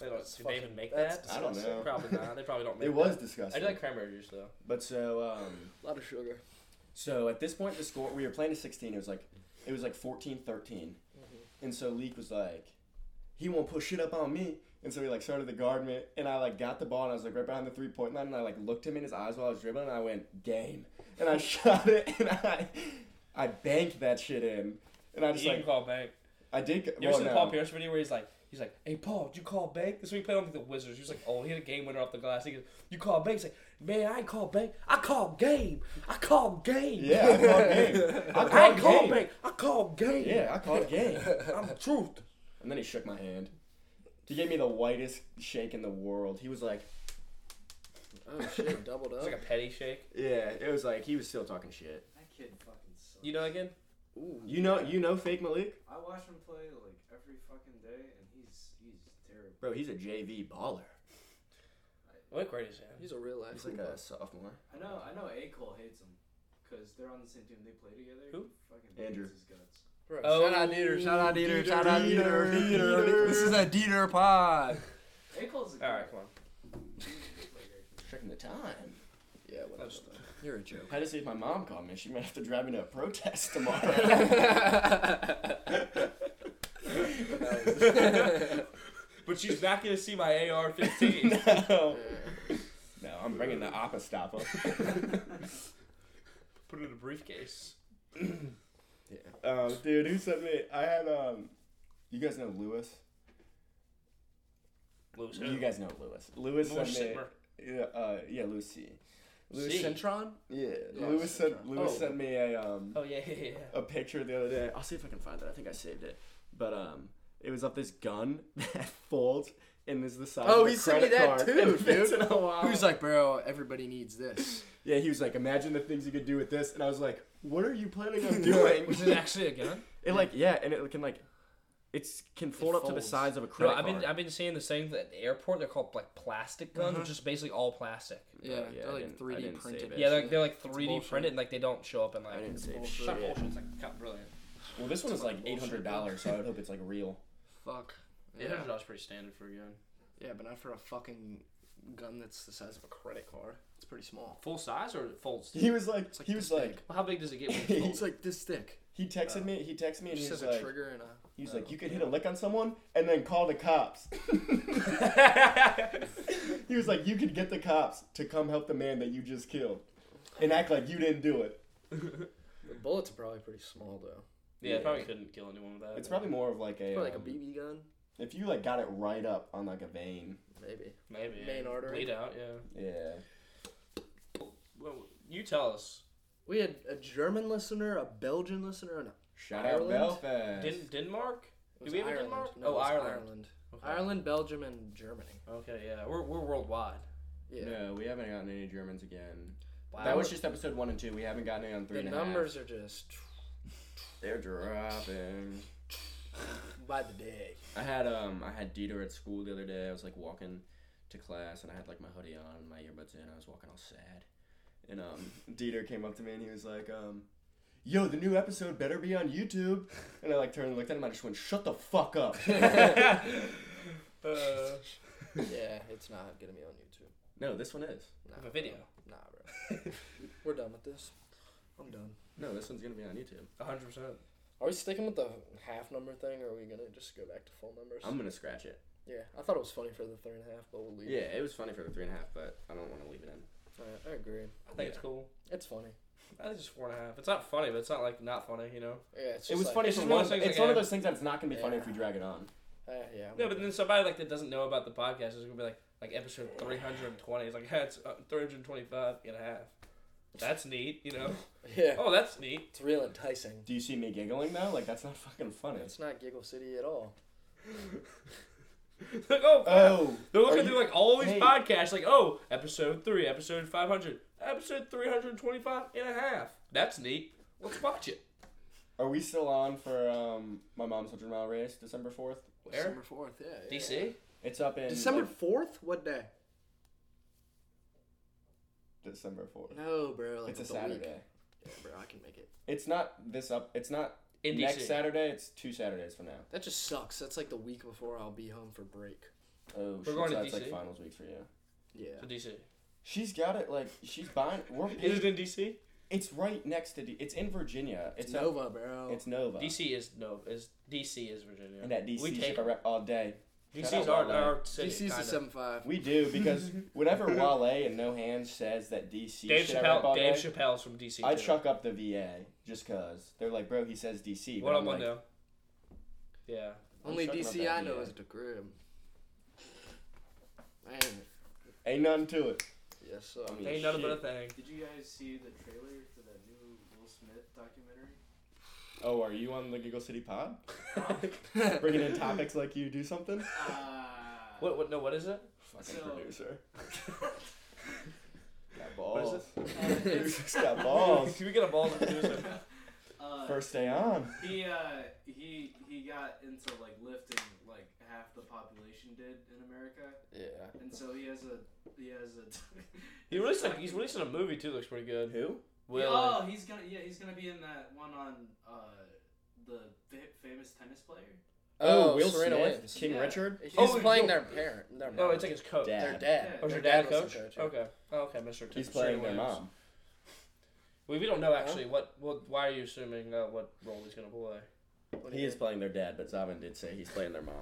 [SPEAKER 3] They don't,
[SPEAKER 2] That's
[SPEAKER 3] do they even
[SPEAKER 2] fucking-
[SPEAKER 3] make
[SPEAKER 2] that's
[SPEAKER 3] that?
[SPEAKER 4] I don't know.
[SPEAKER 3] Probably not. They probably don't make
[SPEAKER 4] <laughs> It was
[SPEAKER 3] that. I
[SPEAKER 4] disgusting.
[SPEAKER 3] do like cranberry juice though.
[SPEAKER 4] but so um,
[SPEAKER 2] A lot of sugar.
[SPEAKER 4] So at this point, the score we were playing to 16. It was like it was like 14 13.
[SPEAKER 3] Mm-hmm.
[SPEAKER 4] And so Leek was like, he won't put shit up on me. And so he like started the guard me, and I like got the ball, and I was like right behind the three point line, and I like looked him in his eyes while I was dribbling, and I went game, and I <laughs> shot it, and I I banked that shit in, and I just
[SPEAKER 3] you
[SPEAKER 4] like
[SPEAKER 3] can call bank.
[SPEAKER 4] I did.
[SPEAKER 3] You ever
[SPEAKER 4] well,
[SPEAKER 3] seen the
[SPEAKER 4] no.
[SPEAKER 3] Paul Pierce video where he's like, he's like, hey Paul, did you call bank? This week he played on the Wizards. He was like, oh, he had a game winner off the glass. He goes, you call bank? He's like, man, I ain't call bank. I call game. I call game.
[SPEAKER 4] Yeah, I
[SPEAKER 3] <laughs>
[SPEAKER 4] called game. I
[SPEAKER 3] I ain't
[SPEAKER 4] called
[SPEAKER 3] call
[SPEAKER 4] game.
[SPEAKER 3] bank. I call game.
[SPEAKER 4] Yeah, I called game.
[SPEAKER 3] I'm the truth.
[SPEAKER 4] And then he shook my hand. He gave me the whitest shake in the world. He was like,
[SPEAKER 2] Oh shit, doubled up.
[SPEAKER 3] It's like a petty shake.
[SPEAKER 4] yeah, it was like he was still talking shit.
[SPEAKER 1] That kid fucking sucks.
[SPEAKER 3] You know again?
[SPEAKER 2] Ooh.
[SPEAKER 4] You know, you know, fake Malik,
[SPEAKER 1] I watch him play like every fucking day, and he's he's terrible.
[SPEAKER 4] bro. He's a JV baller.
[SPEAKER 3] What grade is that?
[SPEAKER 2] He's a real life.
[SPEAKER 4] He's like a sophomore.
[SPEAKER 1] I know I know A Cole hates him because they're on the same team. They play together.
[SPEAKER 3] Who?
[SPEAKER 1] Fucking
[SPEAKER 4] Andrew.
[SPEAKER 1] hates his guts.
[SPEAKER 2] Bro,
[SPEAKER 3] Oh,
[SPEAKER 2] shout out Dieter, shout out Dieter, shout out Dieter,
[SPEAKER 4] Dieter,
[SPEAKER 2] Dieter,
[SPEAKER 4] Dieter.
[SPEAKER 2] This is a Dieter pod.
[SPEAKER 1] A Cole's a good
[SPEAKER 3] All right, come on.
[SPEAKER 1] player.
[SPEAKER 4] Checking the time.
[SPEAKER 2] Yeah, whatever.
[SPEAKER 3] That's-
[SPEAKER 2] You're a <laughs> joke.
[SPEAKER 4] I had to see if my mom called me. She might have to drive me to a protest tomorrow.
[SPEAKER 3] But she's not gonna see my <laughs>
[SPEAKER 4] <laughs>
[SPEAKER 3] AR-15.
[SPEAKER 4] <laughs> no. No, I'm bringing the Appa stop
[SPEAKER 3] Put it in a briefcase.
[SPEAKER 4] <laughs> um, dude, who sent me? I had um, you guys know Lewis.
[SPEAKER 3] Lose
[SPEAKER 4] You guys know Lewis. Lewis
[SPEAKER 3] More
[SPEAKER 4] sent me.
[SPEAKER 3] simmer.
[SPEAKER 4] Yeah, uh, yeah, Lewis C. Lewis
[SPEAKER 3] C.
[SPEAKER 4] sent.
[SPEAKER 2] Centron?
[SPEAKER 4] Yeah,
[SPEAKER 2] Yeah,
[SPEAKER 4] Lewis sent.
[SPEAKER 2] Centron.
[SPEAKER 4] Lewis
[SPEAKER 3] Oh.
[SPEAKER 4] sent me a um.
[SPEAKER 3] Oh yeah, yeah, yeah.
[SPEAKER 4] a picture the other day. I'll see if I can find it. I think I saved it. But um, it was of this gun <laughs> that folds and is the size.
[SPEAKER 2] Oh,
[SPEAKER 4] of a
[SPEAKER 2] he sent me
[SPEAKER 4] credit
[SPEAKER 2] that
[SPEAKER 4] card <laughs>
[SPEAKER 2] too,
[SPEAKER 4] and fits
[SPEAKER 2] dude.
[SPEAKER 4] in a wallet.
[SPEAKER 2] Who's like, bro, everybody needs this.
[SPEAKER 4] yeah, he was like, imagine the things you could do with this, and I was like, what are you planning
[SPEAKER 3] <laughs>
[SPEAKER 4] on <laughs> doing?
[SPEAKER 3] Was it actually a gun?
[SPEAKER 4] it like yeah, and it can like, it's can fold up to the
[SPEAKER 2] folds.
[SPEAKER 4] size of a
[SPEAKER 3] No,
[SPEAKER 4] credit
[SPEAKER 3] I've been
[SPEAKER 4] card.
[SPEAKER 3] I've been seeing the same thing at the airport. They're called like plastic guns, which is basically all plastic.
[SPEAKER 2] Yeah,
[SPEAKER 4] yeah, I
[SPEAKER 2] they're like
[SPEAKER 4] didn't- I
[SPEAKER 2] 3D
[SPEAKER 4] didn't save
[SPEAKER 2] printed.
[SPEAKER 4] it.
[SPEAKER 3] Yeah, they're, they're like
[SPEAKER 2] It's
[SPEAKER 3] 3D
[SPEAKER 2] bullshit.
[SPEAKER 3] printed, and like they don't show up in like.
[SPEAKER 4] I didn't save
[SPEAKER 2] bullshit.
[SPEAKER 4] shit.
[SPEAKER 3] It's not bullshit. It's like cut brilliant.
[SPEAKER 4] Well, this one was like eight
[SPEAKER 2] Bullshit.
[SPEAKER 4] hundred dollars, so I would hope it's like real.
[SPEAKER 2] Fuck.
[SPEAKER 3] Yeah,
[SPEAKER 2] Yeah.
[SPEAKER 3] that's pretty standard for a gun.
[SPEAKER 2] yeah, but not for a fucking gun that's the size of a credit card. It's pretty small.
[SPEAKER 3] Full size or it folds?
[SPEAKER 4] <laughs> <laughs> He was like,
[SPEAKER 2] It's like
[SPEAKER 4] he
[SPEAKER 2] this
[SPEAKER 4] was like,
[SPEAKER 2] big. Oh,
[SPEAKER 3] Well, how big does it get? When
[SPEAKER 4] <laughs>
[SPEAKER 3] it
[SPEAKER 4] He's
[SPEAKER 2] It's
[SPEAKER 3] folds?
[SPEAKER 2] like this thick.
[SPEAKER 4] he texted me, he texted me,
[SPEAKER 2] It
[SPEAKER 4] and
[SPEAKER 2] just
[SPEAKER 4] he was
[SPEAKER 2] has a
[SPEAKER 4] like,
[SPEAKER 2] trigger and a.
[SPEAKER 4] he was like, you could hit a lick on someone and then call the cops. <laughs> He was like, you could get the cops to come help the man that you just killed and act like you didn't do it.
[SPEAKER 2] The bullets are probably pretty small though.
[SPEAKER 3] yeah,
[SPEAKER 4] Yeah.
[SPEAKER 3] probably couldn't kill anyone with that.
[SPEAKER 4] It's probably more of like a,
[SPEAKER 2] Probably like a
[SPEAKER 4] um,
[SPEAKER 2] BB gun,
[SPEAKER 4] if you like got it right up on like a vein.
[SPEAKER 2] maybe.
[SPEAKER 3] maybe yeah.
[SPEAKER 2] main artery.
[SPEAKER 3] bleed out. Yeah.
[SPEAKER 4] Yeah.
[SPEAKER 3] Well, you tell us.
[SPEAKER 2] We had a German listener, a Belgian listener, and a
[SPEAKER 4] Shout
[SPEAKER 2] Ireland?
[SPEAKER 4] out Belfast.
[SPEAKER 3] Din- Denmark.
[SPEAKER 2] it
[SPEAKER 3] Do
[SPEAKER 2] was
[SPEAKER 3] we have a
[SPEAKER 2] Ireland.
[SPEAKER 3] Denmark?
[SPEAKER 2] No,
[SPEAKER 3] Oh,
[SPEAKER 2] it was
[SPEAKER 3] Ireland.
[SPEAKER 2] Ireland.
[SPEAKER 3] Okay.
[SPEAKER 2] Ireland, Belgium, and Germany.
[SPEAKER 3] Okay, yeah, we're we're worldwide.
[SPEAKER 2] Yeah.
[SPEAKER 4] No, we haven't gotten any Germans again.
[SPEAKER 3] Wow.
[SPEAKER 4] That was just episode one and two. We haven't gotten any on three
[SPEAKER 2] The
[SPEAKER 4] and a half.
[SPEAKER 2] numbers are just
[SPEAKER 4] They're dropping.
[SPEAKER 2] by the day.
[SPEAKER 4] I had um I had Dieter at school the other day. I was like walking to class and I had like my hoodie on and my earbuds in. I was walking all sad. And um <laughs> Dieter came up to me and he was like, um, Yo, the new episode better be on YouTube and I like turned and looked at him, I just went, Shut the fuck <laughs> up.
[SPEAKER 3] <laughs> uh,
[SPEAKER 2] yeah, it's not gonna be on YouTube.
[SPEAKER 4] no, this one is.
[SPEAKER 2] Nah,
[SPEAKER 3] Of a video.
[SPEAKER 2] bro. Nah, bro. <laughs> We're done with this. I'm done.
[SPEAKER 4] No, this one's gonna be on YouTube.
[SPEAKER 3] 100%.
[SPEAKER 2] Are we sticking with the half number thing, or are we gonna just go back to full numbers?
[SPEAKER 4] I'm gonna scratch it.
[SPEAKER 2] yeah, I thought it was funny for the three and a half, but we'll leave.
[SPEAKER 4] Yeah, it was funny for the three and a half, but I don't wanna leave it in.
[SPEAKER 2] Alright, I agree.
[SPEAKER 3] I think it's cool.
[SPEAKER 2] It's funny.
[SPEAKER 3] I think it's just four and a half. It's not funny, but it's not like not funny, you know?
[SPEAKER 2] Yeah, it's just
[SPEAKER 4] It was
[SPEAKER 2] like-
[SPEAKER 4] funny
[SPEAKER 3] It's
[SPEAKER 4] for
[SPEAKER 3] just one
[SPEAKER 4] one
[SPEAKER 3] of those things
[SPEAKER 4] it's
[SPEAKER 3] like,
[SPEAKER 4] one of
[SPEAKER 3] uh,
[SPEAKER 4] those things that's not gonna be funny if we
[SPEAKER 2] yeah.
[SPEAKER 4] drag it on.
[SPEAKER 2] Uh, yeah. I'm
[SPEAKER 3] No,
[SPEAKER 2] with
[SPEAKER 3] but
[SPEAKER 2] it.
[SPEAKER 3] then somebody like that doesn't know about the podcast is gonna be like like episode 320. It's like <laughs> yeah, it's uh, 325 and a half. That's neat, you <laughs> know.
[SPEAKER 2] <laughs> yeah,
[SPEAKER 3] Oh, that's neat. <laughs>
[SPEAKER 2] it's real enticing.
[SPEAKER 4] Do you see me giggling though? Like that's not fucking funny.
[SPEAKER 2] It's not Giggle City at all.
[SPEAKER 3] like oh, wow.
[SPEAKER 4] Oh,
[SPEAKER 3] they're
[SPEAKER 4] are
[SPEAKER 3] looking
[SPEAKER 4] you-
[SPEAKER 3] through like all these
[SPEAKER 4] Hey.
[SPEAKER 3] podcasts. Like oh, episode three, episode 500, episode 325 and a half. That's neat. Let's watch it.
[SPEAKER 4] Are we still on for um, my mom's hundred mile race, December fourth?
[SPEAKER 3] Where?
[SPEAKER 2] fourth. Yeah. yeah, yeah.
[SPEAKER 3] DC.
[SPEAKER 4] It's up in
[SPEAKER 2] December
[SPEAKER 4] like,
[SPEAKER 2] fourth? What day?
[SPEAKER 4] December fourth.
[SPEAKER 2] No, bro. Like
[SPEAKER 4] it's a
[SPEAKER 2] the week.
[SPEAKER 4] Saturday.
[SPEAKER 2] Yeah, bro, I can make it.
[SPEAKER 4] It's not this up. It's not
[SPEAKER 3] In
[SPEAKER 4] next
[SPEAKER 3] DC.
[SPEAKER 4] Saturday. It's two Saturdays from now.
[SPEAKER 2] That just sucks. That's like the week before I'll be home for break.
[SPEAKER 4] Oh,
[SPEAKER 3] We're
[SPEAKER 4] shit,
[SPEAKER 3] going
[SPEAKER 4] so
[SPEAKER 3] to
[SPEAKER 4] that's like
[SPEAKER 3] DC.
[SPEAKER 4] finals week for you.
[SPEAKER 2] Yeah.
[SPEAKER 3] To DC.
[SPEAKER 4] She's got it. Like she's buying. We're
[SPEAKER 3] Is it in DC?
[SPEAKER 4] it's right next to. D- it's in Virginia.
[SPEAKER 2] It's
[SPEAKER 4] It's
[SPEAKER 2] Nova, bro.
[SPEAKER 4] Up, it's Nova.
[SPEAKER 3] DC is no. Is DC is Virginia.
[SPEAKER 4] And that DC
[SPEAKER 3] we take
[SPEAKER 4] ship I rep all day. Shout
[SPEAKER 3] DC's
[SPEAKER 4] out
[SPEAKER 3] our,
[SPEAKER 4] Wildlife.
[SPEAKER 3] our city.
[SPEAKER 2] DC's the
[SPEAKER 3] kinda.
[SPEAKER 2] seven five.
[SPEAKER 4] We do
[SPEAKER 3] <laughs>
[SPEAKER 4] because whenever Wale and No Hands says that DC
[SPEAKER 3] Dave
[SPEAKER 4] shit I rep
[SPEAKER 3] Chappelle.
[SPEAKER 4] all
[SPEAKER 3] Dave
[SPEAKER 4] day,
[SPEAKER 3] Chappelle's from DC.
[SPEAKER 4] I
[SPEAKER 3] too.
[SPEAKER 4] chuck up the VA just cause they're like, bro, he says DC. but
[SPEAKER 3] One on
[SPEAKER 4] I'm
[SPEAKER 3] one
[SPEAKER 4] like,
[SPEAKER 3] though. Yeah.
[SPEAKER 4] I'm
[SPEAKER 2] Only
[SPEAKER 4] talking
[SPEAKER 2] DC
[SPEAKER 4] about
[SPEAKER 2] I
[SPEAKER 4] that,
[SPEAKER 2] know
[SPEAKER 4] yeah.
[SPEAKER 2] is the crib. Man,
[SPEAKER 4] Ain't nothing to it.
[SPEAKER 2] yes, so.
[SPEAKER 4] I mean-
[SPEAKER 3] Ain't nothing but a thing.
[SPEAKER 1] Did you guys see the trailer for that new Will Smith documentary?
[SPEAKER 4] Oh, are you on the Giggle City pod? <laughs> Bringing in topics like you do something?
[SPEAKER 1] Uh,
[SPEAKER 3] <laughs> What? What? No. What is it?
[SPEAKER 4] Fucking
[SPEAKER 1] So-
[SPEAKER 4] producer. Got
[SPEAKER 3] is
[SPEAKER 4] balls.
[SPEAKER 1] uh,
[SPEAKER 3] <laughs>
[SPEAKER 1] it's-
[SPEAKER 4] <laughs> Producer's got balls.
[SPEAKER 3] Can <laughs> we get a ball to producer?
[SPEAKER 1] uh,
[SPEAKER 4] First day on.
[SPEAKER 1] He uh, he he got into like lifting like half the population did in America,
[SPEAKER 2] yeah.
[SPEAKER 1] and so he has a he has a. <laughs>
[SPEAKER 3] He released. A, he's releasing a movie too. Looks pretty good.
[SPEAKER 4] Who?
[SPEAKER 3] Will.
[SPEAKER 1] Oh, he's gonna yeah he's gonna be in that one on uh the fa- famous tennis player.
[SPEAKER 2] Oh, Serena Williams.
[SPEAKER 4] King
[SPEAKER 1] Yeah.
[SPEAKER 4] Richard.
[SPEAKER 2] He's
[SPEAKER 3] Oh,
[SPEAKER 2] playing
[SPEAKER 3] yo-
[SPEAKER 2] their parent. Their
[SPEAKER 3] oh,
[SPEAKER 2] mom.
[SPEAKER 3] it's like his coach.
[SPEAKER 4] Dad.
[SPEAKER 2] their dad.
[SPEAKER 1] Oh,
[SPEAKER 3] Oh, is your
[SPEAKER 2] Their
[SPEAKER 3] dad,
[SPEAKER 2] was
[SPEAKER 3] coach?
[SPEAKER 2] the coach, yeah.
[SPEAKER 3] Okay. Oh, okay, Mr.
[SPEAKER 4] He's
[SPEAKER 3] Mr.
[SPEAKER 4] playing their
[SPEAKER 3] Williams.
[SPEAKER 4] mom.
[SPEAKER 3] We, we don't know actually what, what. Why are you assuming uh, what role he's gonna play?
[SPEAKER 2] What do
[SPEAKER 4] He
[SPEAKER 2] you
[SPEAKER 4] is
[SPEAKER 2] think?
[SPEAKER 4] playing their dad, but Zavin did say he's playing their mom.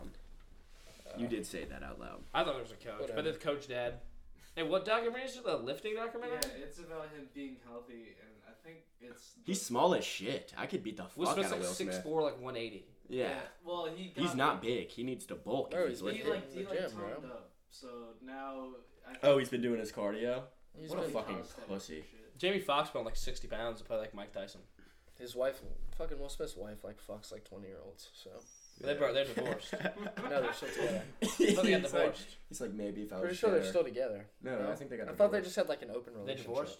[SPEAKER 4] You did say that out loud.
[SPEAKER 3] I thought it was a coach,
[SPEAKER 2] Whatever.
[SPEAKER 3] but it's coach dad. Hey, what documentary is it? The lifting documentary?
[SPEAKER 1] Yeah, it's about him being healthy, and I think it's. the-
[SPEAKER 4] He's small as shit. I could beat the
[SPEAKER 3] Will
[SPEAKER 4] fuck out
[SPEAKER 3] Smith's
[SPEAKER 4] of
[SPEAKER 3] like
[SPEAKER 4] Will
[SPEAKER 3] six
[SPEAKER 4] Smith.
[SPEAKER 3] four, like one eighty.
[SPEAKER 4] Yeah.
[SPEAKER 1] Well, he. Got,
[SPEAKER 4] He's not big. He needs to bulk.
[SPEAKER 2] Bro,
[SPEAKER 4] if he's
[SPEAKER 2] he's big.
[SPEAKER 1] He
[SPEAKER 4] lifting.
[SPEAKER 1] like he
[SPEAKER 2] The
[SPEAKER 1] like
[SPEAKER 2] gym, bro.
[SPEAKER 1] toned up, so now. I think
[SPEAKER 4] Oh, he's been doing his cardio.
[SPEAKER 2] He's
[SPEAKER 4] What a
[SPEAKER 2] been-
[SPEAKER 1] big
[SPEAKER 4] fucking
[SPEAKER 1] calisthenics
[SPEAKER 4] pussy.
[SPEAKER 1] and shit.
[SPEAKER 3] Jamie Foxx put on like sixty pounds, probably like Mike <laughs> Tyson.
[SPEAKER 2] His wife, fucking Will Smith's wife, like fucks like twenty year olds. <laughs> So
[SPEAKER 3] They bro, they're
[SPEAKER 4] <laughs>
[SPEAKER 3] divorced.
[SPEAKER 2] no, they're still together.
[SPEAKER 3] I thought they got
[SPEAKER 4] He's like-
[SPEAKER 3] divorced.
[SPEAKER 4] He's like, maybe if I was
[SPEAKER 2] Pretty sure they're
[SPEAKER 4] shitter.
[SPEAKER 2] still together.
[SPEAKER 4] No, no, I think Oh, they got
[SPEAKER 2] I thought they
[SPEAKER 4] divorced.
[SPEAKER 2] just had like an open
[SPEAKER 3] They
[SPEAKER 2] relationship.
[SPEAKER 3] divorced.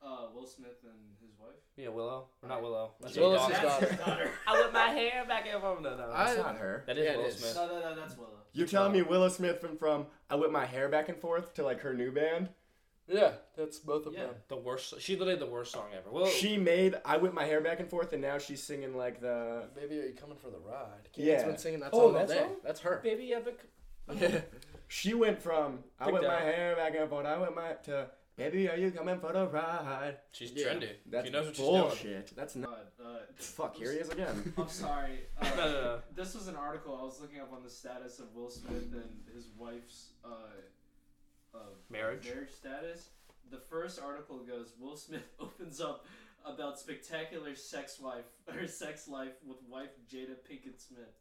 [SPEAKER 1] Uh, Will Smith and his wife.
[SPEAKER 3] Yeah, Willow. Or not Willow. That's
[SPEAKER 2] Willow's
[SPEAKER 3] his
[SPEAKER 2] his
[SPEAKER 3] daughter.
[SPEAKER 2] daughter.
[SPEAKER 3] I whip my hair back and forth. No, no, no.
[SPEAKER 2] I-
[SPEAKER 4] That's not her.
[SPEAKER 3] that is
[SPEAKER 2] Yeah, it
[SPEAKER 3] Will
[SPEAKER 2] is.
[SPEAKER 3] Smith.
[SPEAKER 1] No, no, no, that's Willow.
[SPEAKER 4] You're telling me Willow Smith from, from I Whip My Hair Back and Forth to like her new band?
[SPEAKER 2] Yeah, that's both of
[SPEAKER 1] Yeah.
[SPEAKER 2] them.
[SPEAKER 3] The worst. She literally the worst song ever. Willow.
[SPEAKER 4] She made I Whip My Hair Back and Forth and now she's singing like the.
[SPEAKER 2] Baby, are you coming for the ride?
[SPEAKER 4] Yeah.
[SPEAKER 2] has been singing that song
[SPEAKER 4] Oh,
[SPEAKER 2] all
[SPEAKER 4] that
[SPEAKER 2] day.
[SPEAKER 4] song?
[SPEAKER 2] That's her.
[SPEAKER 3] Baby, I've been.
[SPEAKER 2] <laughs> Yeah.
[SPEAKER 4] She went from I
[SPEAKER 3] Picked
[SPEAKER 4] Whip My
[SPEAKER 3] up.
[SPEAKER 4] Hair Back and Forth, I Whip My. to Baby, are you coming for the ride?
[SPEAKER 3] She's
[SPEAKER 2] Yeah.
[SPEAKER 3] trendy.
[SPEAKER 4] That's
[SPEAKER 3] she knows what she's doing.
[SPEAKER 4] bullshit. That's not.
[SPEAKER 1] God, uh,
[SPEAKER 4] Fuck, here he
[SPEAKER 2] <laughs>
[SPEAKER 4] is again.
[SPEAKER 1] I'm sorry.
[SPEAKER 3] <laughs> No,
[SPEAKER 1] Uh,
[SPEAKER 3] no, no.
[SPEAKER 1] this was an article I was looking up on the status of Will Smith and his wife's uh, uh,
[SPEAKER 3] Marriage?
[SPEAKER 1] marriage status. The first article goes: Will Smith <laughs> opens up about spectacular sex life or sex life with wife Jada Pinkett Smith.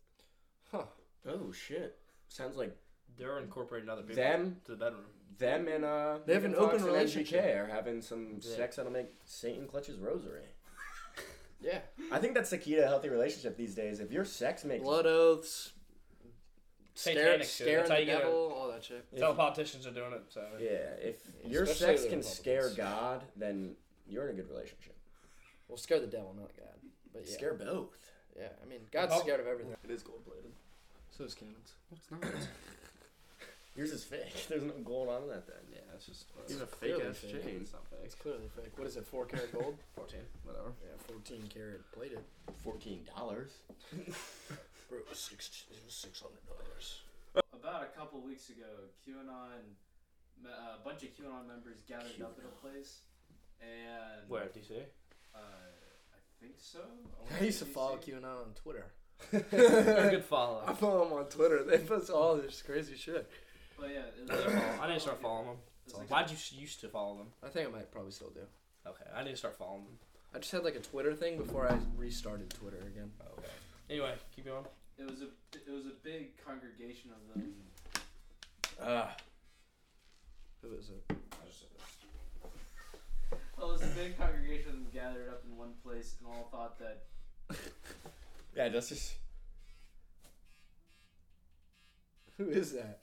[SPEAKER 2] Huh.
[SPEAKER 4] oh shit. Sounds like
[SPEAKER 3] They're incorporating other people
[SPEAKER 4] Them?
[SPEAKER 3] to the bedroom.
[SPEAKER 4] them and uh.
[SPEAKER 2] They have
[SPEAKER 4] Megan
[SPEAKER 2] an open
[SPEAKER 4] Fox and
[SPEAKER 2] relationship.
[SPEAKER 4] MGK are having some
[SPEAKER 3] Yeah.
[SPEAKER 4] sex that'll make Satan clutch his rosary.
[SPEAKER 2] Yeah.
[SPEAKER 4] I think that's the key to a healthy relationship these days. If your sex makes
[SPEAKER 2] Blood oaths. Stare,
[SPEAKER 3] Satanic shit.
[SPEAKER 2] stare at
[SPEAKER 3] That's how
[SPEAKER 2] the
[SPEAKER 3] you get
[SPEAKER 2] devil, all that shit.
[SPEAKER 4] if-
[SPEAKER 3] Telepoliticians are doing it. So
[SPEAKER 4] yeah, if your
[SPEAKER 2] Especially
[SPEAKER 4] sex
[SPEAKER 2] the
[SPEAKER 4] can
[SPEAKER 2] Republicans.
[SPEAKER 4] scare God, then you're in a good relationship.
[SPEAKER 2] Well, scare the devil, not God. But yeah.
[SPEAKER 4] Scare both. <laughs>
[SPEAKER 2] yeah. I mean, God's
[SPEAKER 3] Oh.
[SPEAKER 2] scared of everything.
[SPEAKER 1] It is gold plated.
[SPEAKER 2] So is cannons.
[SPEAKER 3] It's not.
[SPEAKER 4] Yours is fake. There's no gold on that then.
[SPEAKER 1] Yeah, it's just.
[SPEAKER 4] He's a fake
[SPEAKER 2] Clearly
[SPEAKER 4] ass
[SPEAKER 2] fake.
[SPEAKER 4] chain.
[SPEAKER 1] It's not fake.
[SPEAKER 2] It's clearly fake. What is it? Four karat gold?
[SPEAKER 1] 14, whatever.
[SPEAKER 2] yeah, fourteen karat plated.
[SPEAKER 4] Fourteen dollars.
[SPEAKER 2] Bro, it was six. It was six hundred dollars.
[SPEAKER 1] About a couple weeks ago, QAnon, me- uh, a bunch of QAnon members gathered up at a place, and
[SPEAKER 3] Where DC?
[SPEAKER 1] Uh, I think so.
[SPEAKER 2] I used to
[SPEAKER 1] wanna
[SPEAKER 2] follow
[SPEAKER 1] say DC.
[SPEAKER 2] QAnon on Twitter.
[SPEAKER 3] They're a
[SPEAKER 2] I
[SPEAKER 3] <laughs> good follow.
[SPEAKER 2] follow them on Twitter. They post all this crazy shit.
[SPEAKER 1] But Oh, yeah, it was
[SPEAKER 3] <coughs> I need to start following them.
[SPEAKER 1] It's like-
[SPEAKER 3] Why'd you s- used to follow them?
[SPEAKER 2] I think I might probably still do.
[SPEAKER 3] Okay, I need to start following them.
[SPEAKER 2] I just had like a Twitter thing before I restarted Twitter again.
[SPEAKER 3] Oh, Okay. Anyway, keep going.
[SPEAKER 1] It was a it was a big congregation of them.
[SPEAKER 4] Ah.
[SPEAKER 2] Who is it?
[SPEAKER 1] Well, it was a big congregation of them gathered up in one place, and all thought that
[SPEAKER 4] Yeah, that's just.
[SPEAKER 2] Who is that?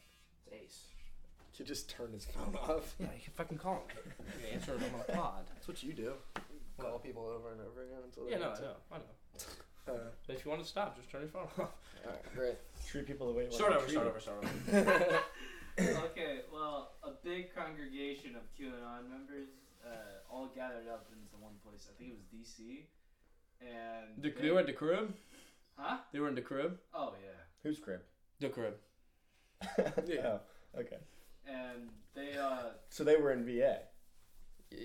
[SPEAKER 3] It's Ace.
[SPEAKER 2] He just turned his phone off.
[SPEAKER 3] Yeah, you can fucking call
[SPEAKER 2] <laughs>
[SPEAKER 3] him. You can answer him on the pod.
[SPEAKER 2] That's what you do.
[SPEAKER 3] Well-
[SPEAKER 2] Call people over and over again until they
[SPEAKER 3] Yeah, no, I
[SPEAKER 2] answer.
[SPEAKER 3] know, I know.
[SPEAKER 2] Uh,
[SPEAKER 3] But if you want to stop, just turn your phone off.
[SPEAKER 2] all right, great.
[SPEAKER 4] Treat people the way you
[SPEAKER 3] Start
[SPEAKER 4] want
[SPEAKER 3] over,
[SPEAKER 4] to be
[SPEAKER 3] start
[SPEAKER 4] treated.
[SPEAKER 3] over, start over.
[SPEAKER 1] <coughs> okay, well, a big congregation of QAnon members uh, all gathered up into one place. I think it was DC, and
[SPEAKER 3] The,
[SPEAKER 1] they-
[SPEAKER 3] they were at the crib.
[SPEAKER 1] huh?
[SPEAKER 3] They were in the crib.
[SPEAKER 1] Oh yeah,
[SPEAKER 4] Who's crib?
[SPEAKER 3] The <laughs> crib.
[SPEAKER 2] Yeah.
[SPEAKER 4] Oh, okay.
[SPEAKER 1] and they uh
[SPEAKER 4] So they were in VA.
[SPEAKER 2] Yeah.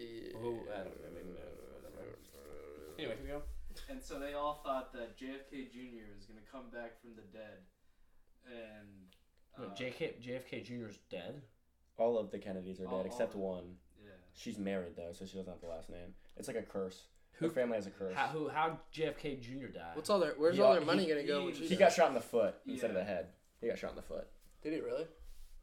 [SPEAKER 3] Oh, I don't know, maybe Anyway, here we go.
[SPEAKER 1] And so they all thought that JFK Jr. was going to come back from the dead. And.
[SPEAKER 3] Wait,
[SPEAKER 1] uh,
[SPEAKER 3] JFK, JFK Jr. is dead.
[SPEAKER 4] All of the Kennedys are
[SPEAKER 1] All- all
[SPEAKER 4] dead except
[SPEAKER 1] of
[SPEAKER 4] one.
[SPEAKER 1] Yeah.
[SPEAKER 4] She's married though, so she doesn't have the last name. It's like a curse.
[SPEAKER 3] Who-
[SPEAKER 4] Her family has a curse.
[SPEAKER 3] How, who, how JFK Jr. died?
[SPEAKER 2] What's all their? Where's
[SPEAKER 4] He-
[SPEAKER 2] all their
[SPEAKER 4] he-
[SPEAKER 2] money gonna go?
[SPEAKER 1] he-
[SPEAKER 2] when she
[SPEAKER 4] he got
[SPEAKER 2] dies?
[SPEAKER 4] shot in the foot instead of
[SPEAKER 1] Yeah.
[SPEAKER 4] the head. He got shot in the foot.
[SPEAKER 2] Did he really?